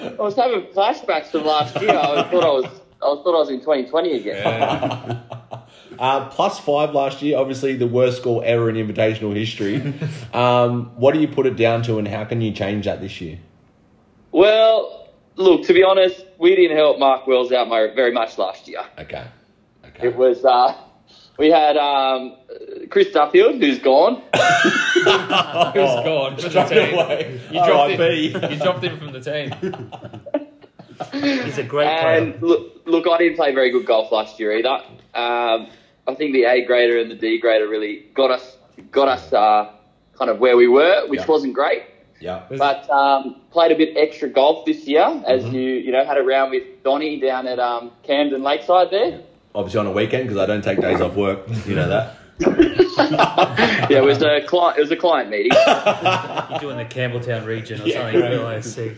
I was having flashbacks from last year. I thought I was, I thought I was in 2020 again.
Yeah.
Uh, plus five last year, obviously the worst score ever in invitational history. um, what do you put it down to, and how can you change that this year?
Well, look, to be honest, we didn't help Mark Wells out my, very much last year.
Okay, okay.
It was uh, we had um, Chris Duffield, who's gone.
He
[LAUGHS]
was gone from the team.
Oh. away.
You dropped,
R.I.P..
him. you dropped him from the team.
He's a great player.
And Um, look, look, I didn't play very good golf last year either. Um, I think the A grader and the D grader really got us got us uh, kind of where we were, which
Yeah.
wasn't great.
[LAUGHS] yeah. [LAUGHS]
But um, played a bit extra golf this year, as
Mm-hmm.
you you know had a round with Donny down at um, Camden Lakeside there.
obviously on a weekend because I don't take days off work. You know that.
Yeah, it was a client. It was a
[LAUGHS]
client meeting.
You're doing the Campbelltown region or
Yeah,
something.
right.
you know, I
[LAUGHS]
see.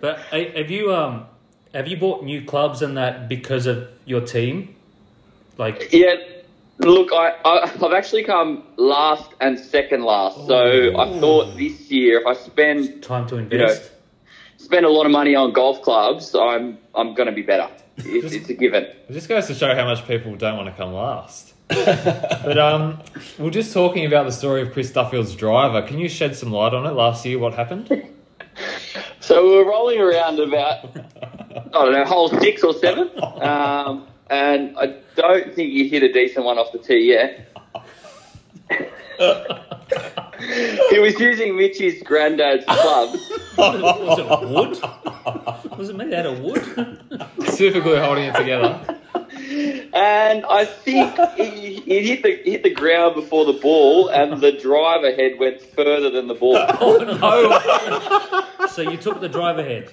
But eh, have you um have you bought new clubs and that because of your team? Like
Yeah, look, I, I I've actually come last and second last. So I thought this year if I spend
time to invest?
spend a lot of money on golf clubs, I'm I'm going to be better. It's, it's a given.
It just goes to show how much people don't want to come last. [LAUGHS] but um, we're just talking about the story of Chris Duffield's driver. Can you shed some light on it last year? What happened? [LAUGHS]
So we were rolling around about I don't know hole six or seven, um, and I don't think you hit a decent one off the tee yet. he was using Mitchy's granddad's club.
Was it wood? Was it made out of wood?
Super glue holding it together.
And I think he, he hit the hit the ground before the ball, and the driver head went further than the ball. [LAUGHS]
so you took the driver head.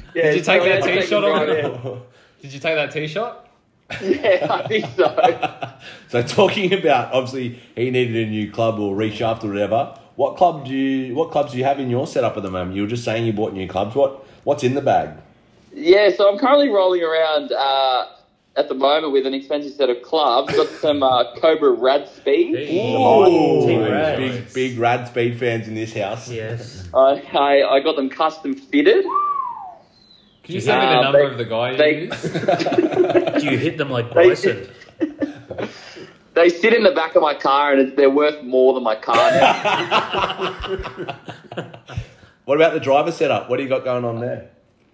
[LAUGHS] Yeah,
Did you take
so
that
I
tee
took
shot
the
on
driver
it? [LAUGHS] Did you take that tee shot?
head. Yeah, I think so.
So talking about obviously he needed a new club or reshaft or whatever. What club do you? What clubs do you have in your setup at the moment? You were just saying you bought new clubs. What What's in the bag?
Yeah, so I'm currently rolling around uh, at the moment with an expensive set of clubs. Got some uh, Cobra Rad Speed.
Oh,
Team
there's
Rad.
big big rad speed fans in this house.
Yes.
I, I I got them custom fitted.
Can you send me the
Uh,
number
they-
of the guy you
they- [LAUGHS]
used?
Do you hit them like
They-
Bryson?
They sit in the back of my car, and they're worth more than my car.
[LAUGHS]
Now.
What about the driver setup? What do you got going on there?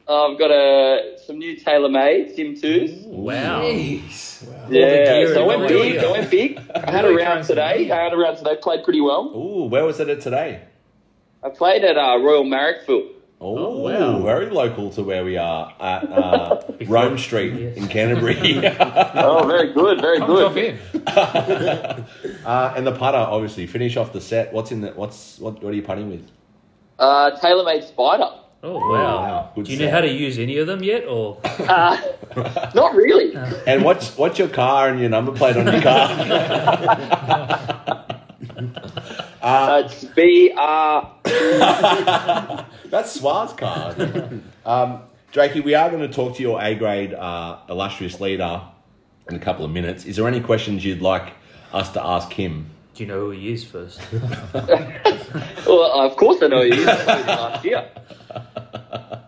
I've got uh, some new TaylorMade Sim Twos.
Wow.
Jeez.
Yeah, so I
in
went
the
big.
gear.
I
[LAUGHS]
went big. I had a round today. I had a round today. Played pretty well.
Ooh, where was it at today?
I played at uh, Royal Marrickville.
Oh,
wow.
very local to where we are at
[LAUGHS]
uh, Rome Street
Yes.
in Canterbury.
[LAUGHS]
[LAUGHS]
Oh, very good, very
Come drop
good.
in.
Uh, and the putter, obviously, finish off the set. What's in the what's what? What are you putting with?
Uh, TaylorMade Spider.
Oh wow.
wow. Good
Do you know
set.
how to use any of them yet? Or
Uh,
[LAUGHS]
not really.
[LAUGHS] And what's what's your car and your number plate on your car?
[LAUGHS]
Uh, it's B R
That's Swa's car. um, Drakey, we are going to talk to your A grade uh, illustrious leader in a couple of minutes. Is there any questions you'd like us to ask him?
do you know who he is first?
Well, of course I know you. last
[LAUGHS]
year.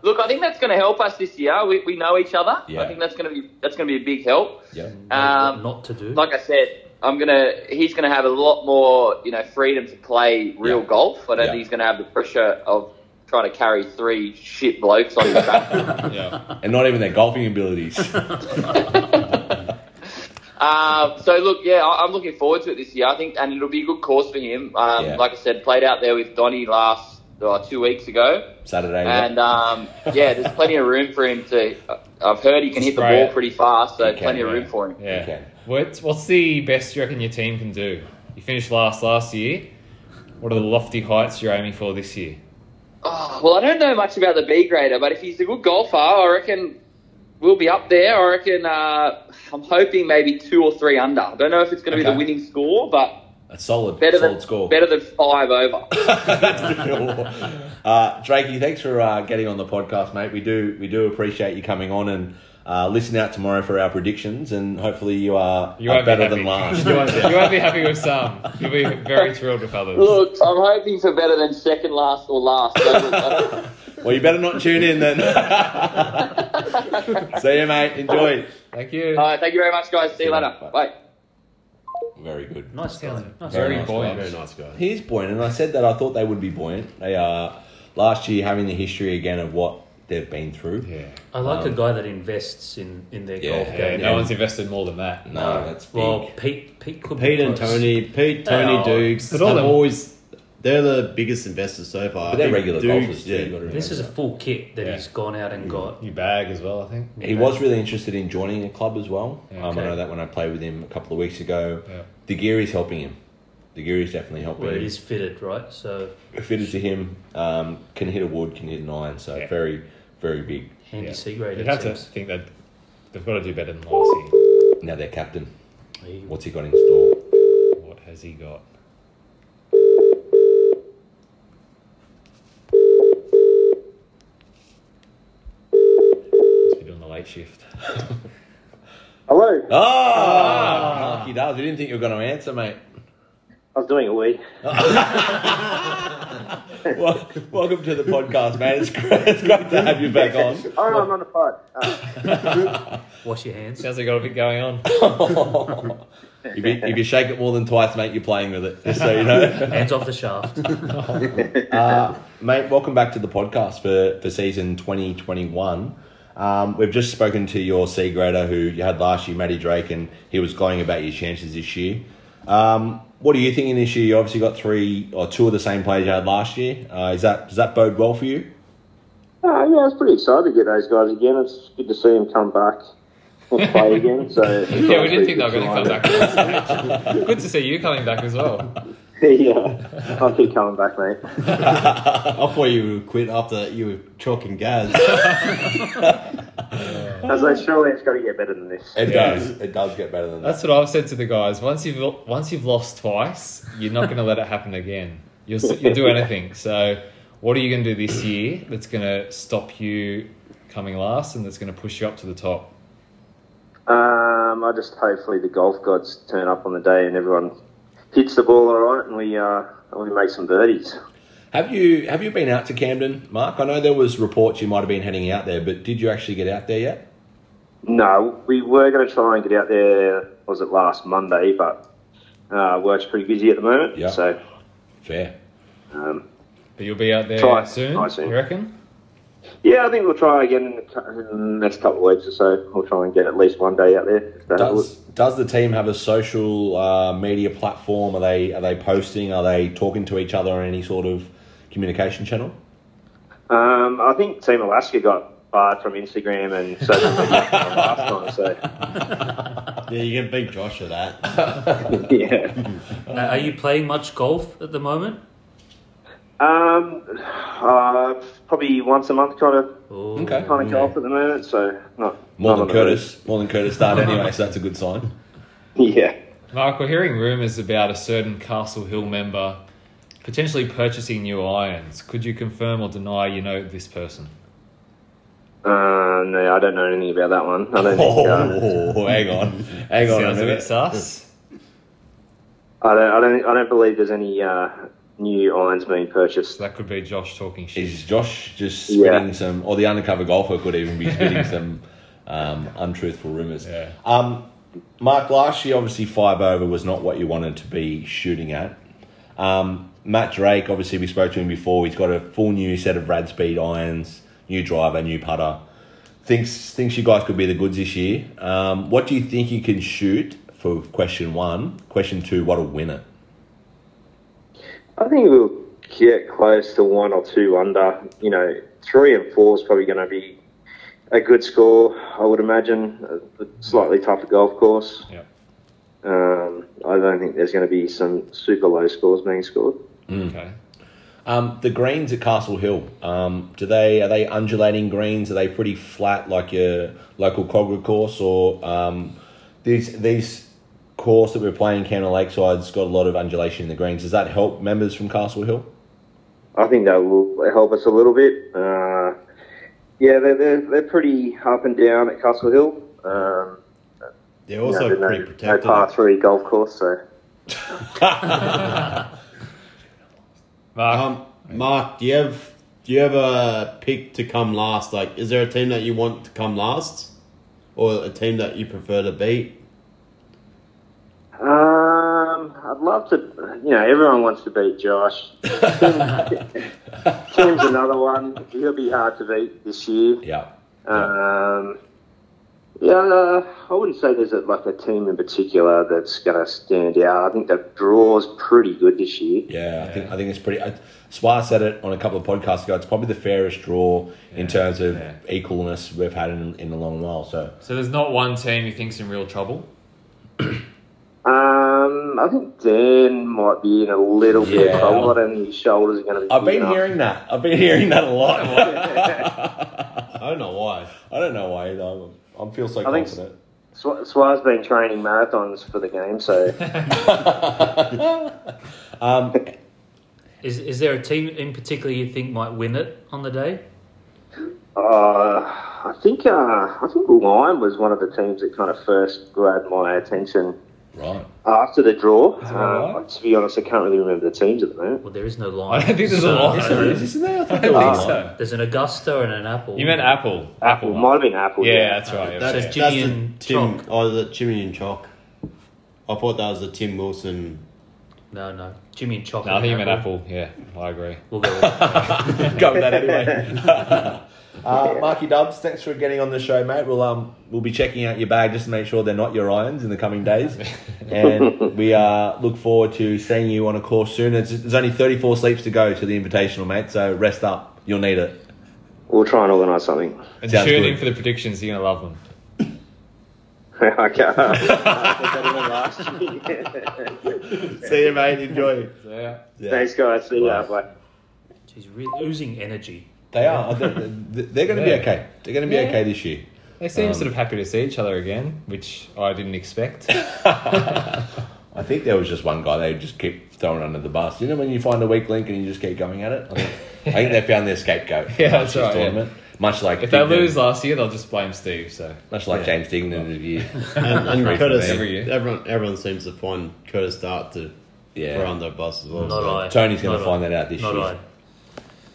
Look, I think that's going to help us this year. We, we know each other.
Yeah.
I think that's going to be that's going to be a big help.
Yeah.
Um,
not to do.
Like I said, I'm gonna he's going to have a lot more you know freedom to play real
Yeah.
golf. I don't
Yeah.
think he's going to have the pressure of trying to carry three shit blokes on his
[LAUGHS]
back.
Yeah.
And not even their golfing abilities.
um, so look, yeah, I, I'm looking forward to it this year. I think, and it'll be a good course for him. Um,
Yeah.
Like I said, played out there with Donny last uh, two weeks ago.
Saturday. yeah.
And um, yeah, there's plenty of room for him to. uh, I've heard he can hit the
Spray
ball
it.
pretty fast, so
He can,
plenty of
yeah.
room for him.
Yeah.
Okay.
What's, what's the best you reckon your team can do? You finished last last year. What are the lofty heights you're aiming for this year?
Oh, well, I don't know much about the B grader, but if he's a good golfer, I reckon we'll be up there. I reckon. Uh, I'm hoping maybe two or three under. I don't know if it's going to
Okay.
be the winning score, but
That's solid.
better
solid
than
score.
better than five over.
uh, Drakey, thanks for uh, getting on the podcast, mate. We do we do appreciate you coming on and uh, listen out tomorrow for our predictions, and hopefully you are,
You
are
won't be
better than
happy.
last.
[LAUGHS] you, won't, you won't be happy with some. You'll be very thrilled with others.
Look, I'm hoping for better than second last or last. [LAUGHS] So,
well, you better not tune in
[LAUGHS]
then. See you, mate. Enjoy.
Thank you.
all right, thank you very much, guys. See you later. Bye.
Very good.
Nice guy. Nice
Very
guy.
nice.
Oh,
buoyant.
very nice guy.
He is buoyant, and I said that I thought they would be buoyant. They are last year having the history again of what they've been through.
Yeah.
I like
Um,
a guy that invests in, in their
Yeah.
golf
Yeah,
game.
no one's invested more than that.
No, that's big.
Well, Pete, Pete could
[LAUGHS] Pete
be
and
close.
Tony, Pete, Tony,
Oh,
Dukes
but
have
all them-
always they're the biggest investors so far.
but they're
Duke-
regular
Dukes,
golfers too. you gotta remember
This is a
that.
full kit that
Yeah.
he's gone out and got.
You bag as well, I think.
He was really interested in joining a club as well. Um, I
Okay.
know that when I played with him a couple of weeks ago.
Yeah.
The gear is helping him. The gear is definitely helping
Where it
him.
is fitted, right? So
Fitted to him, um, can hit a wood, can hit an iron. So
Yeah.
very, very big.
handy
Yeah.
C grade.
You'd
it
have to
seems.
think that they've got to do better than last year.
Now their captain.
He-
What's he got in store?
What has he got? Must be doing the late shift.
Hello.
Oh, ah. he does. I didn't think you were going to answer, mate.
I was doing a wee.
Well, welcome to the podcast, man. It's great, it's great to have you back on. [LAUGHS]
Oh, no, I'm on the phone. Uh,
Wash your hands.
Sounds like got a bit going on.
If you, if you shake it more than twice, mate, you're playing with it. Just so you know,
Hands off the
[LAUGHS]
shaft.
mate. Welcome back to the podcast for for season 2021. Um, we've just spoken to your C grader who you had last year, Matty Drake, and he was glowing about your chances this year. Um, what are you thinking this year? You obviously got three or two of the same players you had last year. Uh, is that does that bode well for you?
oh, yeah, I was pretty excited to get those guys again. It's good to see them come back and play again.
[LAUGHS]
So
Yeah, we didn't think they [LAUGHS] were going to come back. to this stage. Good to see you coming back as well.
[LAUGHS] yeah, I'll keep coming back, mate.
[LAUGHS] I thought you would quit after you were
[LAUGHS]
chalking gas.
I was like, surely it's got to get better than this.
It
Yeah.
does. It does get better than that.
That's what I've said to the guys. Once you've lo- once you've lost twice, you're not going to let it happen again. You'll s- you'll do anything. So, what are you going to do this year that's going to stop you coming last and that's going to push you up to the top?
Um, I just hopefully the golf gods turn up on the day and everyone hits the ball all right and we uh, and we make some birdies.
Have you have you been out to Camden, Mark? I know there was reports you might have been heading out there, but did you actually get out there yet?
No, we were going to try and get out there. Was it last Monday? But uh, work's pretty busy at the moment.
Yeah.
So
Fair.
um,
But you'll be out there
Try-
soon.
try soon.
You reckon?
yeah, I think we'll try again in the, cou- in the next couple of weeks or so. We'll try and get at least one day out there. If that
Does
helps.
does the team have a social uh, media platform? Are they are they posting? Are they talking to each other on any sort of communication channel?
Um, I think Team Alaska got barred from Instagram and social media from last time. So
yeah, you can beat Josh for that.
[LAUGHS]
yeah.
Uh, are you playing much golf at the moment?
Um, uh, probably once a month kind of
Or
Okay.
kind of golf at the moment, so not
More
not
than
on the
Curtis. More than Curtis started anyway, so that's a good sign.
road. [LAUGHS] Yeah,
Mark, we're hearing rumours about a certain Castle Hill member potentially purchasing new irons. Could you confirm or deny you know this person?
uh, no, I don't know anything about that one. I don't think uh,
Oh, hang on, hang on a
Sounds a bit
minute.
sus.
I don't I don't I don't believe there's any uh, new irons being purchased.
That could be Josh talking shit.
Is Josh just
Yeah.
spitting some, or the undercover golfer could even be spitting some um, untruthful rumours?
Yeah.
Um, Mark, last year, obviously, five over was not what you wanted to be shooting at. Um, Matt Drake, obviously, we spoke to him before. He's got a full new set of Rad Speed irons, new driver, new putter. Thinks thinks you guys could be the goods this year. Um, what do you think you can shoot for question one? Question two, what'll win it?
I think we'll get close to one or two under. You know, three and four is probably going to be a good score, I would imagine. A slightly tougher golf course.
Yep.
Mm-hmm.
Um, I don't think there's going to be some super low scores being scored.
Okay.
Um, the greens at Castle Hill, um, do they are they undulating greens? Are they pretty flat like your local Cogra course, or um, these these course that we're playing, Canberra Lakeside's got a lot of undulation in the greens. Does that help members from Castle Hill?
I think that will help us a little bit. Uh, yeah, they're, they're, they're pretty up and down at Castle Hill. Um,
They're
you know,
also
they're no-
pretty
no
protected.
par three golf course, so
Mark,
Um, Mark, do you have do you have a pick to come last? Like, is there a team that you want to come last, or a team that you prefer to beat?
Um, I'd love to. You know, everyone wants to
[LAUGHS]
beat Josh. Tim, Tim's another one. He'll be hard to beat this year.
Yeah.
Um, yeah, uh, I wouldn't say there's a, like a team in particular that's going to stand out. I think the draw's pretty good this year.
Yeah, I think I think it's pretty. I, Swar said it on a couple of podcasts ago. It's probably the fairest draw in terms of
yeah.
equalness we've had in, in a long while. So
so there's not one team you think's in real trouble.
Um, I think Dan might be in a little bit
Yeah.
of trouble. I don't think his shoulders are going to be.
I've
big
been
enough.
hearing that. I've been hearing that a lot.
[LAUGHS] I don't know why.
I don't know why. Though. I'm- I feel so
I think-
confident.
Swa- Swa's been training marathons for the game, so
Is, is there a team in particular you think might win it on the day?
Uh, I think uh, I think Lime was one of the teams that kind of first grabbed my attention
Right.
after the draw.
right?
Um, to be honest, I can't really remember the teams at the moment.
Well, there is no
[LAUGHS] I
line.
don't think there's a
So-
lot.
Yes, there is, isn't there? I thought
I
there
don't
was.
think so.
There's an Augusta and an Apple.
You meant Apple.
Apple might have been Apple.
Yeah, that's right.
That's
okay.
Jimmy
That's the
and
Tim.
Chalk.
Oh, the Jimmy and Chalk. I thought that was the Tim Wilson.
No, no. Jimmy and Chocolate.
No, I think you meant Apple. Yeah, I agree. [LAUGHS]
We'll go with
[LAUGHS] Go with that anyway. [LAUGHS] Uh, Marky Dubs, thanks for getting on the show, mate. We'll um we'll be checking out your bag just to make sure they're not your irons in the coming
[LAUGHS]
days, and we uh, look forward to seeing you on a course soon. It's, there's only 34 sleeps to go to the Invitational, mate. So rest up, you'll need it.
We'll try and organise something. [LAUGHS]
And
Sounds
tune
good.
in for the predictions. You're gonna love them.
okay. I think that even lasts.
See you, mate. Enjoy.
Yeah.
[LAUGHS] Thanks, guys. See ya.
Right.
Bye.
it. He's really oozing energy.
They are. They're, going to be
Yeah.
okay. They're going to be
Yeah.
okay this year.
They seem sort of
Um,
happy to see each other again, which I
[LAUGHS]
didn't expect.
I think there was just one guy they just keep throwing under the bus. You know when you find a weak link and you just keep going at it. I think, I think they found their scapegoat. for
[LAUGHS] Yeah,
last
that's
year's
right, yeah.
Much like
if they
Dignan-
lose last year, they'll just blame Steve. So
much like James Dignan did
[LAUGHS]
year.
And, and
Great for
Curtis,
them.
Every year.
everyone, everyone seems to find Curtis Dart to
Yeah.
throw under a bus as well.
Not
so.
I.
Tony's going
Not
to find
I.
that out this
Not
year.
I.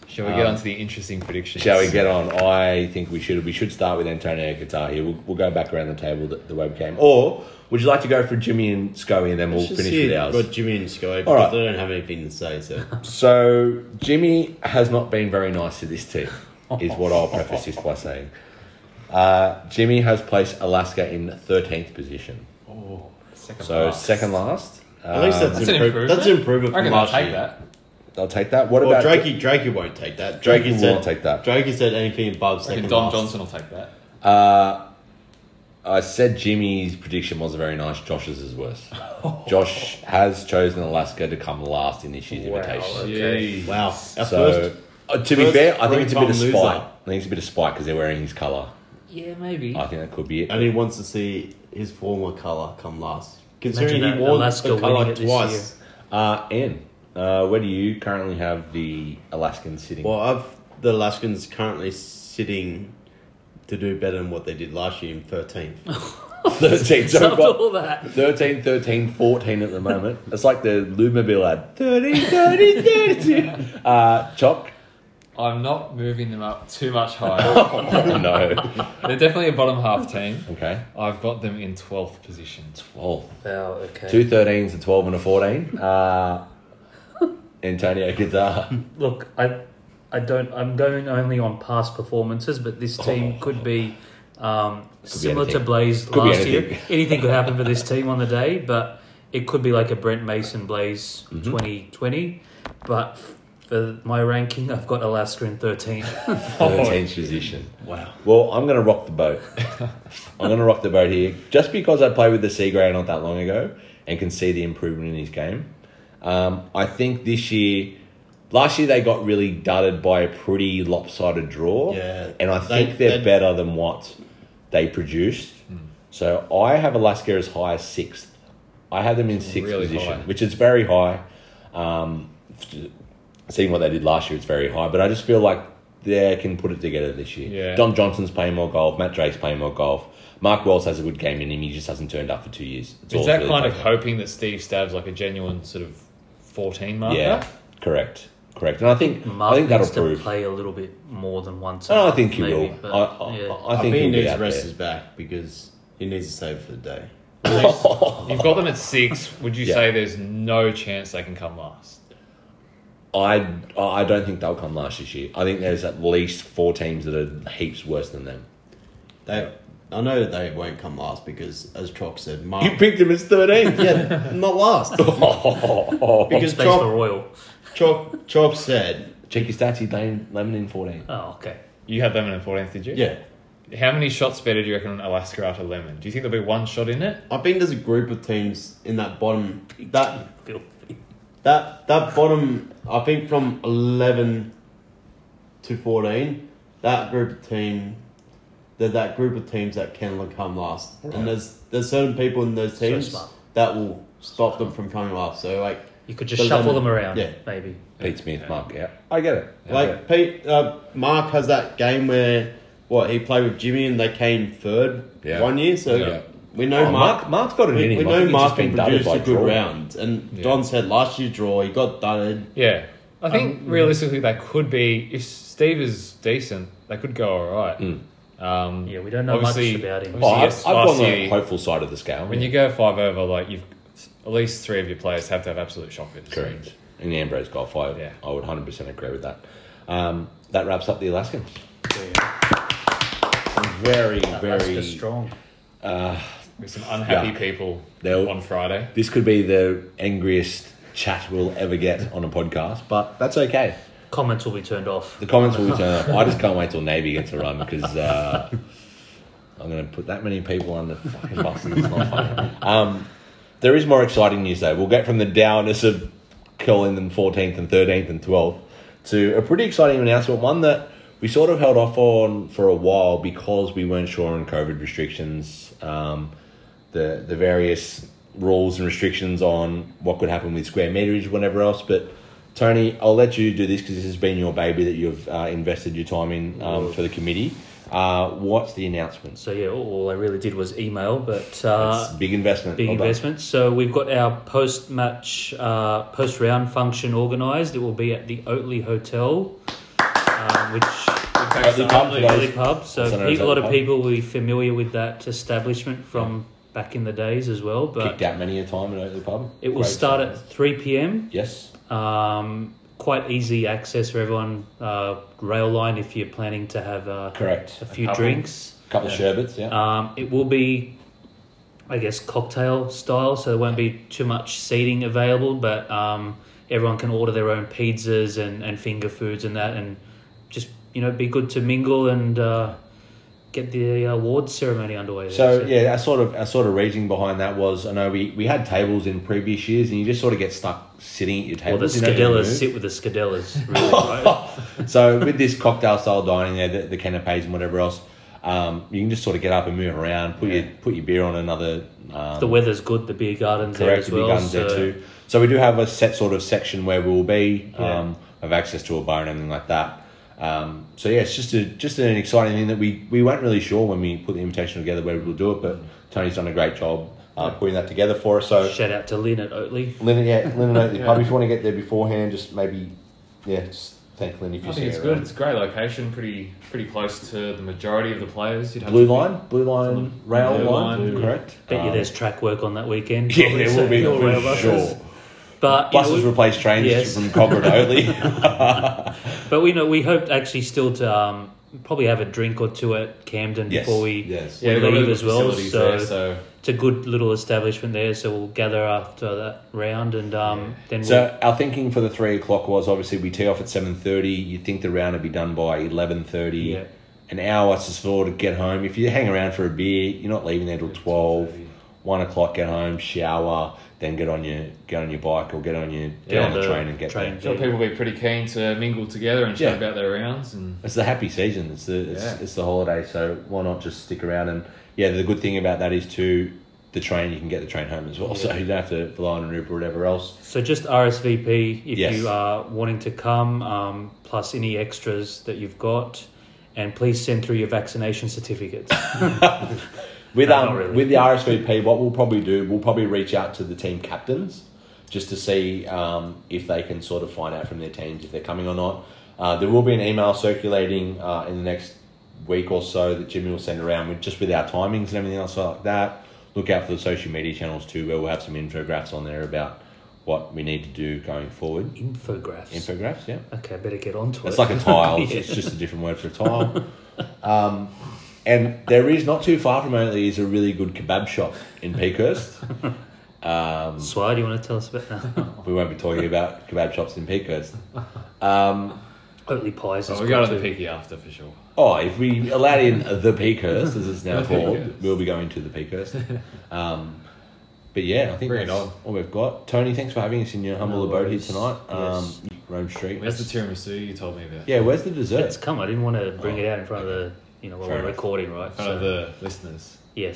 shall we get on to the interesting predictions?
Um, Shall we get on? I think we should. We should start with Antonio Qatar here. We'll, we'll go back around the table the, the way we came. Or would you like to go for Jimmy and Scoey and then we'll
Let's just
finish
hear
with ours?
what Jimmy and Sky because
right.
they don't have anything to say. So
So Jimmy has not been very nice to this team, is what I'll preface this by saying. Uh, Jimmy has placed Alaska in thirteenth position,
Second
so
last.
second last. Um,
at least that's,
That's an
improve-
improvement.
That's an improvement
I
from
reckon I'll
last
take
year.
that.
I'll take that. What
Well,
about
Drakey, Drakey won't take that.
Drakey
Drakey said,
won't take that.
Drakey said anything above
I reckon
second
Dom
last.
Johnson will take that.
I said Jimmy's prediction wasn't very nice. Josh's is
[LAUGHS]
worse. Josh has chosen Alaska to come last in this year's invitation.
Jeez.
Wow. Our
So,
first,
uh, to be
first
fair, I think it's a bit of
three-time
spite.
loser.
I think it's a bit of spite because they're wearing his colour.
Yeah, maybe. [LAUGHS]
I think that could be it.
and he wants to see his former colour come last. Considering
Imagine
he
that,
wore
Alaska
the
winning
colour
it this year.
twice.
Uh, Ian, uh, where do you currently have the Alaskan sitting? [LAUGHS]
Well, I've the Alaskans currently sitting to do better than what they did last year in 13th.
13.
So
So
after
what,
all that,
13, 13, 14 at the moment. It's like the Lumobile ad. 30, 30, 30. [LAUGHS] Uh, Chalk?
I'm not moving them up too
[LAUGHS]
much higher.
Oh, no.
They're definitely a bottom half team.
Okay.
I've got them in 12th position.
12.
oh, okay.
Two 13s, a 12 and a 14. Uh, Antonio Guitar.
Look, I, I don't. I'm going only on past performances, but this team could be um, similar to
Oh. anything.
Blaze
be
last year.
anything. [LAUGHS]
Anything could happen for this team on the day, but it could be like a Brent Mason Blaze
Mm-hmm.
2020. But for my ranking, I've got Alaska
[LAUGHS]
in 13.
13th position. Wow. Well, I'm going to rock the boat. I'm going to rock the boat here. Just because I played with the Sea Grey not that long ago and can see the improvement in his game, um, I think this year Last year they got really dudded by a pretty lopsided draw.
Yeah.
And I
They-
think they're
they-
better than what they produced. So I have Alaska as high as sixth. I have them in sixth
really
position,
high.
which is very high. Um, f- seeing what they did last year, it's very high. But I just feel like they can put it together this year.
Yeah.
Dom Johnson's playing more golf. Matt Drake's playing more golf. Mark Wells has a good game in him. He just hasn't turned up for two years. It's
Is that kind of
hope?
hoping that Steve stabs like a genuine sort of 14 marker?
Yeah, correct, correct. And I think
Mark
I think that'll
needs to
prove.
play a little bit more than once.
And I think he
maybe,
will.
but,
I, I,
yeah.
I
I
think
think he
he'll be
needs
out
to rest
there.
his back because he needs to save for the day.
[LAUGHS]
You've got them at six. Would you
Yeah.
say there's no chance they can come last?
I I don't think they'll come last this year. I think there's at least four teams that are heaps worse than
[LAUGHS]
them.
They, I know they won't come last because, as Trox said, Mark.
You picked them as thirteenth. Oh,
yeah, not
[LAUGHS]
last because
Space for
Chop,
Royal.
Chop, Chop said,
Check your stats. He Lane Lemon in fourteen.
Oh, okay.
You had Lemon in 14th, did you?
yeah.
How many shots better do you reckon on Alaska after Lemon? Do you think there'll be one shot in it?
I think there's a group of teams in that bottom that
Feel-
that that bottom. I think from eleven to fourteen, that group of team, there's that group of teams that can come last, and there's there's certain people in those teams
smart.
that will stop them from coming last. So like
You could just
But
shuffle
then-
them around,
yeah.
maybe.
Pete Smith, Mark. Yeah, I get it. I get it.
Like Pete, uh, Mark has that game where what he played with Jimmy and they came third
Yeah.
one year. So
Yeah.
we know
Oh, Mark,
Mark.
Mark's got an
We,
in him.
we
I
know
think he's
Mark
just
can
been dudded
produce
by
a good
draw.
round. And
Yeah.
Don said last year's draw he got dudded.
Yeah. I think
Um,
realistically they could be if Steve is decent, they could go all right.
Mm.
Um,
Yeah, we don't know much
obviously-
about him.
obviously,
Oh, I-
yes,
I've gone
last
the
year,
hopeful side of the scale.
when you go five over, like you've at least three of your players have to have absolute shockers.
Correct. In the Ambrose golf, I,
Yeah.
I would 100% agree with that. Um, that wraps up the Alaskans. Very,
Very
very.
strong.
With some unhappy
Yeah.
people
They'll-
on Friday.
This could be the angriest chat we'll ever get on a podcast, but that's okay.
Comments will be turned off.
The comments will turn up. I just can't wait till Navy gets a run because uh, I'm going to put that many people on the fucking bus. and It's not funny. Um, there is more exciting news though. We'll get from the downers of calling them 14th and 13th and 12th to a pretty exciting announcement. One that we sort of held off on for a while because we weren't sure on COVID restrictions, um, the the various rules and restrictions on what could happen with square meterage, whatever else. But Tony, I'll let you do this because this has been your baby that you've uh, invested your time in um, for the committee. Uh, what's the announcements?
So yeah, all- all I really did was email, but uh,
It's big investment.
big
Well done.
investment. So we've got our post match, uh, post round function organised. It will be at the Oatley Hotel, um, which
Oatley Pub, for
Oatley
those-
Pub. So
also known
pe-
as
a lot
Oatley
of
Pub.
people will be familiar with that establishment from back in the days as well. But
Kicked out many a time at Oatley Pub.
it will
Great
start
time.
at three pm.
Yes.
Um, quite easy access for everyone. Uh, rail line if you're planning to have uh,
Correct.
a few
couple.
drinks.
A couple of sherbets, yeah.
Um, it will be, I guess, cocktail style, so there won't be too much seating available, but um, everyone can order their own pizzas and, and finger foods and that, and just, you know, be good to mingle and uh, get the awards ceremony underway. there.
So yeah, our sort of our sort of reasoning behind that was I know we, we had tables in previous years and you just sort of get stuck sitting at your table.
Well, the Scadellas sit with the Scadellas, really, right?
so with this cocktail style dining there, the, the canapes and whatever else, um, you can just sort of get up and move around, put your put your beer on another um,
the weather's good, the beer garden's there
correct
as
to be
well.
guns
so
there too. So we do have a set sort of section where we will be.
Yeah.
Um, have access to a bar and everything like that. Um, so yeah, it's just a just an exciting thing that we we weren't really sure when we put the invitation together where we'll do it, but Tony's done a great job uh, putting that together for us. So
Shout out to Lynn at Oatley.
Lynn, yeah, Lynn and Oatley Pub. If you want to get there beforehand, just maybe yeah, just thank Lynn if you
I
see
think it's
her
good.
around.
It's a great location, pretty pretty close to the majority of the players. You'd have
Blue
to think-
line, blue line, rail
Blue
line,
line.
correct?
Bet you
Um,
there's track work on that weekend.
[LAUGHS] yeah,
probably,
there
so
will be
all rail
for
buses.
sure.
But you know,
Buses
we-
replace trains
Yes.
from
[LAUGHS]
Cogra to Oatley.
But we know we hoped actually still to um, probably have a drink or two at Camden
Yes,
before we
yes.
we
Yeah, they've got
leave
really
as
good
well.
facilities
So,
there, so
it's a good little establishment there. So we'll gather after that round and um, then
So our thinking for the three o'clock was obviously we tee off at seven thirty. You think the round would be done by eleven thirty,
Yeah.
an hour to sort of get home. If you hang around for a beer, you're not leaving there till twelve. one o'clock, get home, shower, then get on your get on your bike or get on your get
Yeah,
on the,
the
train and get
train.
there.
Sure, people will be pretty keen to mingle together and chat
Yeah.
about their rounds. And
It's the happy season. It's the it's,
Yeah.
it's the holiday, so why not just stick around? And yeah, the good thing about that is too the train. You can get the train home as well, so you don't have to fly on an Uber or whatever else.
So just RSVP if
Yes.
you are wanting to come, um, plus any extras that you've got, and please send through your
[COUGHS]
vaccination certificates.
With
No,
um
not really.
with the RSVP, what we'll probably do, we'll probably reach out to the team captains just to see um, if they can sort of find out from their teams if they're coming or not. Uh, there will be an email circulating uh, in the next week or so that Jimmy will send around with just with our timings and everything else like that. Look out for the social media channels too, where we'll have some infographics on there about what we need to do going forward.
Infographs.
Infographics, yeah.
okay, I better get onto
It's
it.
like a tile.
[LAUGHS] Yeah.
It's- It's just a different word for a tile. Um, and there is not too far from Oatley is a really good kebab shop in Peakhurst. um,
Swire, do you want to tell us about that?
We won't be talking about kebab shops in Peakhurst. Um,
Oatly pies.
so
is
Oh, we go
good
to the
too.
peaky after for sure.
oh, if we allowed in the Peakhurst, as it's now
The
called,
Peakhurst.
we'll be going to the Peakhurst. Um, but yeah, I think
Bring it
that's
on.
all we've got. Tony, thanks for having us in your humble
No
abode here
worries.
tonight. Um,
Yes.
Rome Street.
Where's the tiramisu you told me about?
yeah, where's the dessert?
It's come. I didn't want to bring it out in front of the you know while
Fair
we're
enough.
recording, right?
In front of
So-
the listeners. [LAUGHS]
yes.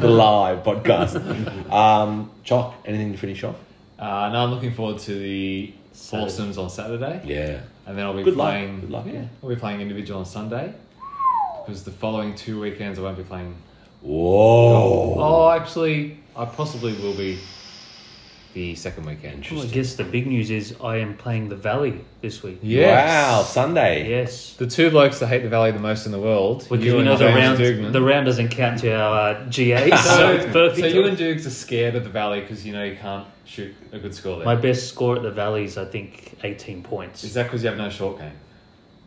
the live podcast. um, Chalk, anything to finish off?
Uh, now I'm looking forward to the foursomes on Saturday,
Yeah.
and then I'll be
Good luck.
playing.
Good luck, yeah.
I'll be playing individual on Sunday because the following two weekends I won't be playing.
Whoa.
Oh, actually, I possibly will be the second weekend.
Well, I guess the big news is I am playing the Valley this week.
Wow, Sunday.
Yes.
The two blokes that hate the valley the most in the world.
Because
you
we
and
know the
James
round,
Duggan.
the round doesn't count to our
[LAUGHS]
uh, GA, so, it's
so,
perfect.
so you and Dukes are scared of the valley because you know you can't shoot a good score there.
My
Is
best score at the Valley is, I think, 18 points.
that because you have no short game?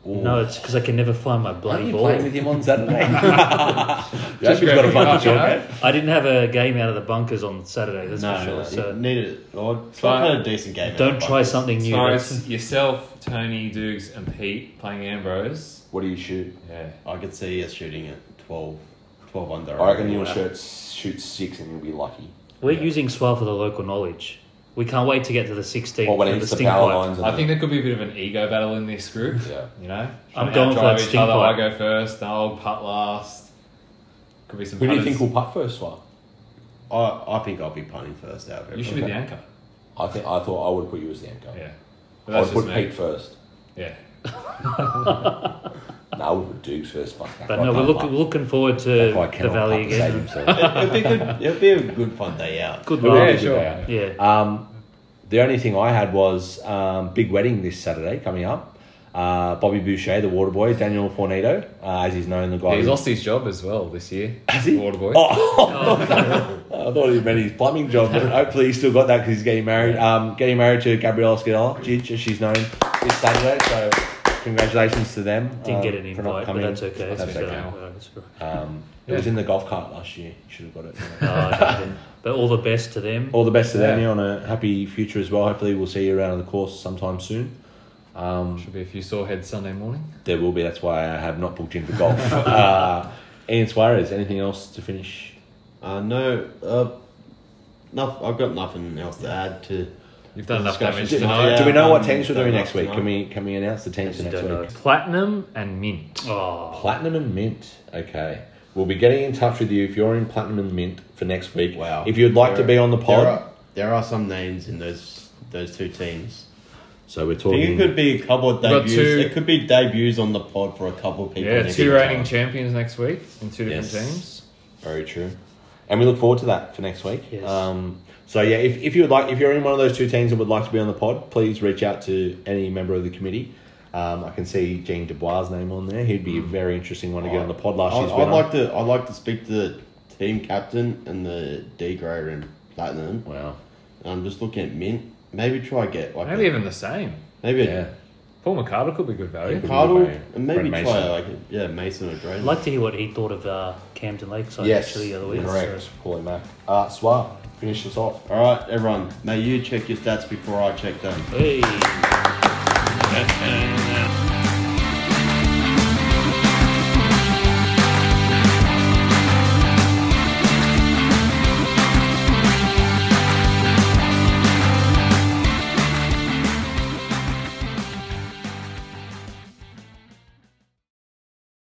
No, it's because I can never find my
Why are
bloody
you
ball.
playing with him on Saturday? Just
grab
got a
him
bunch
up,
of
you know?
shortcut.
I didn't have a game out of the bunkers on Saturday, that's
No,
for
no,
sure.
no, you
So
need it. Oh, Or
But-
try kind of decent game.
don't try something new.
So
that's-
it's yourself, Tony, Dukes, and Pete playing Ambrose.
What do you shoot?
Yeah.
I could see us shooting at 12, 12 under.
I reckon you'll shoot, shoot six and you'll be lucky.
We're using Swell for the local knowledge. We can't wait to get to the 16th.
Or when
for
it hits the
stink
power
pipe.
lines. and
I think there could be a bit of an ego battle in this group.
Yeah.
You know?
I'm
Trying to
going for
outdrive
that
each
stink
other. I
pipe.
go first, then I'll putt last. Could be some
Who do you
putters.
think will putt first, Swat?
I, I think I'll be punting first out of everyone.
You should be the anchor.
I think I thought I would put you as the anchor.
Yeah. But
I
that's
would put
just me.
Pete first.
Yeah.
No, I would put Dukes first. Fuck that.
But
guy
no, we're
can't
look,
putt.
we're looking forward to
That guy
the
cannot
Valley
putt to save
again.
himself.
It'd be good. It'd be a good fun day out.
Good
It'll be a
luck.
good
sure.
day out.
Yeah.
Um, the only thing I had was um, big wedding this Saturday coming up. Uh, Bobby Boucher, the water boy, Daniel Fornito, uh, as he's known, the guy.
He's
who-
lost his job as well this year.
Has he?
Waterboy.
[LAUGHS] Oh, I thought he meant his plumbing job, but hopefully he's still got that because he's getting married. Um, getting married to Gabrielle Scadella, Jidge, as she's known, this Saturday. So congratulations to them.
Didn't
um,
get an
for not
invite, but
coming.
that's okay.
That's
So,
okay.
uh, it's all right.
Um, It was in the golf cart last year. You should have
[LAUGHS]
got it.
No, I didn't. But all the best to them.
[LAUGHS] All the best to them
Yeah.
yeah, on a happy future as well. Hopefully we'll see you around the course sometime soon.
Should be a few sore heads Sunday morning.
There will be. That's why I have not booked in for golf.
[LAUGHS]
uh, Ian Suarez, anything else to finish?
Uh, no, uh, no, I've got nothing else to add to.
You've done enough damage
Do,
tonight.
Yeah,
do we know what
um,
teams we're doing
don't
next
know.
week? Can we can we announce the teams for
Actually
next
don't
week?
Platinum and mint.
Oh,
Platinum and Mint. Okay. We'll be getting in touch with you if you're in Platinum and Mint for next week.
Wow.
If you'd like to
There-
be on the
There
pod.
are, there are some names in those those two teams.
So we're
I
talking.
think it could be a couple of
got
debuts.
two-
It could be debuts on the pod for a couple of people.
Yeah,
next
two
time.
reigning champions next week in two
Yes.
different teams.
Very true. And we look forward to that for next week.
Yes.
Um, so yeah, if, if you would like, if you're in one of those two teams and would like to be on the pod, please reach out to any member of the committee. Um, I can see Jean Dubois' name on there. He'd be a very interesting one to get on the pod last
Hmm. Oh, I'd,
year's
I'd
winner.
like to. I'd like to speak to the team captain and the D grader and platinum.
wow.
And I'm just looking at mint. Maybe try get like
Maybe
a,
even the same.
maybe
Yeah.
Paul McCarter could be good value.
Yeah.
Cardle
Maybe
and maybe
Brent
try
Mason.
like a, yeah Mason or Drayton.
I'd like to hear what he thought of uh, Camden Lakeside actually the other week.
Correct.
So-
Call him back. Uh, Swar, finish this off.
All right, everyone. May you check your stats before I check them.
Hey.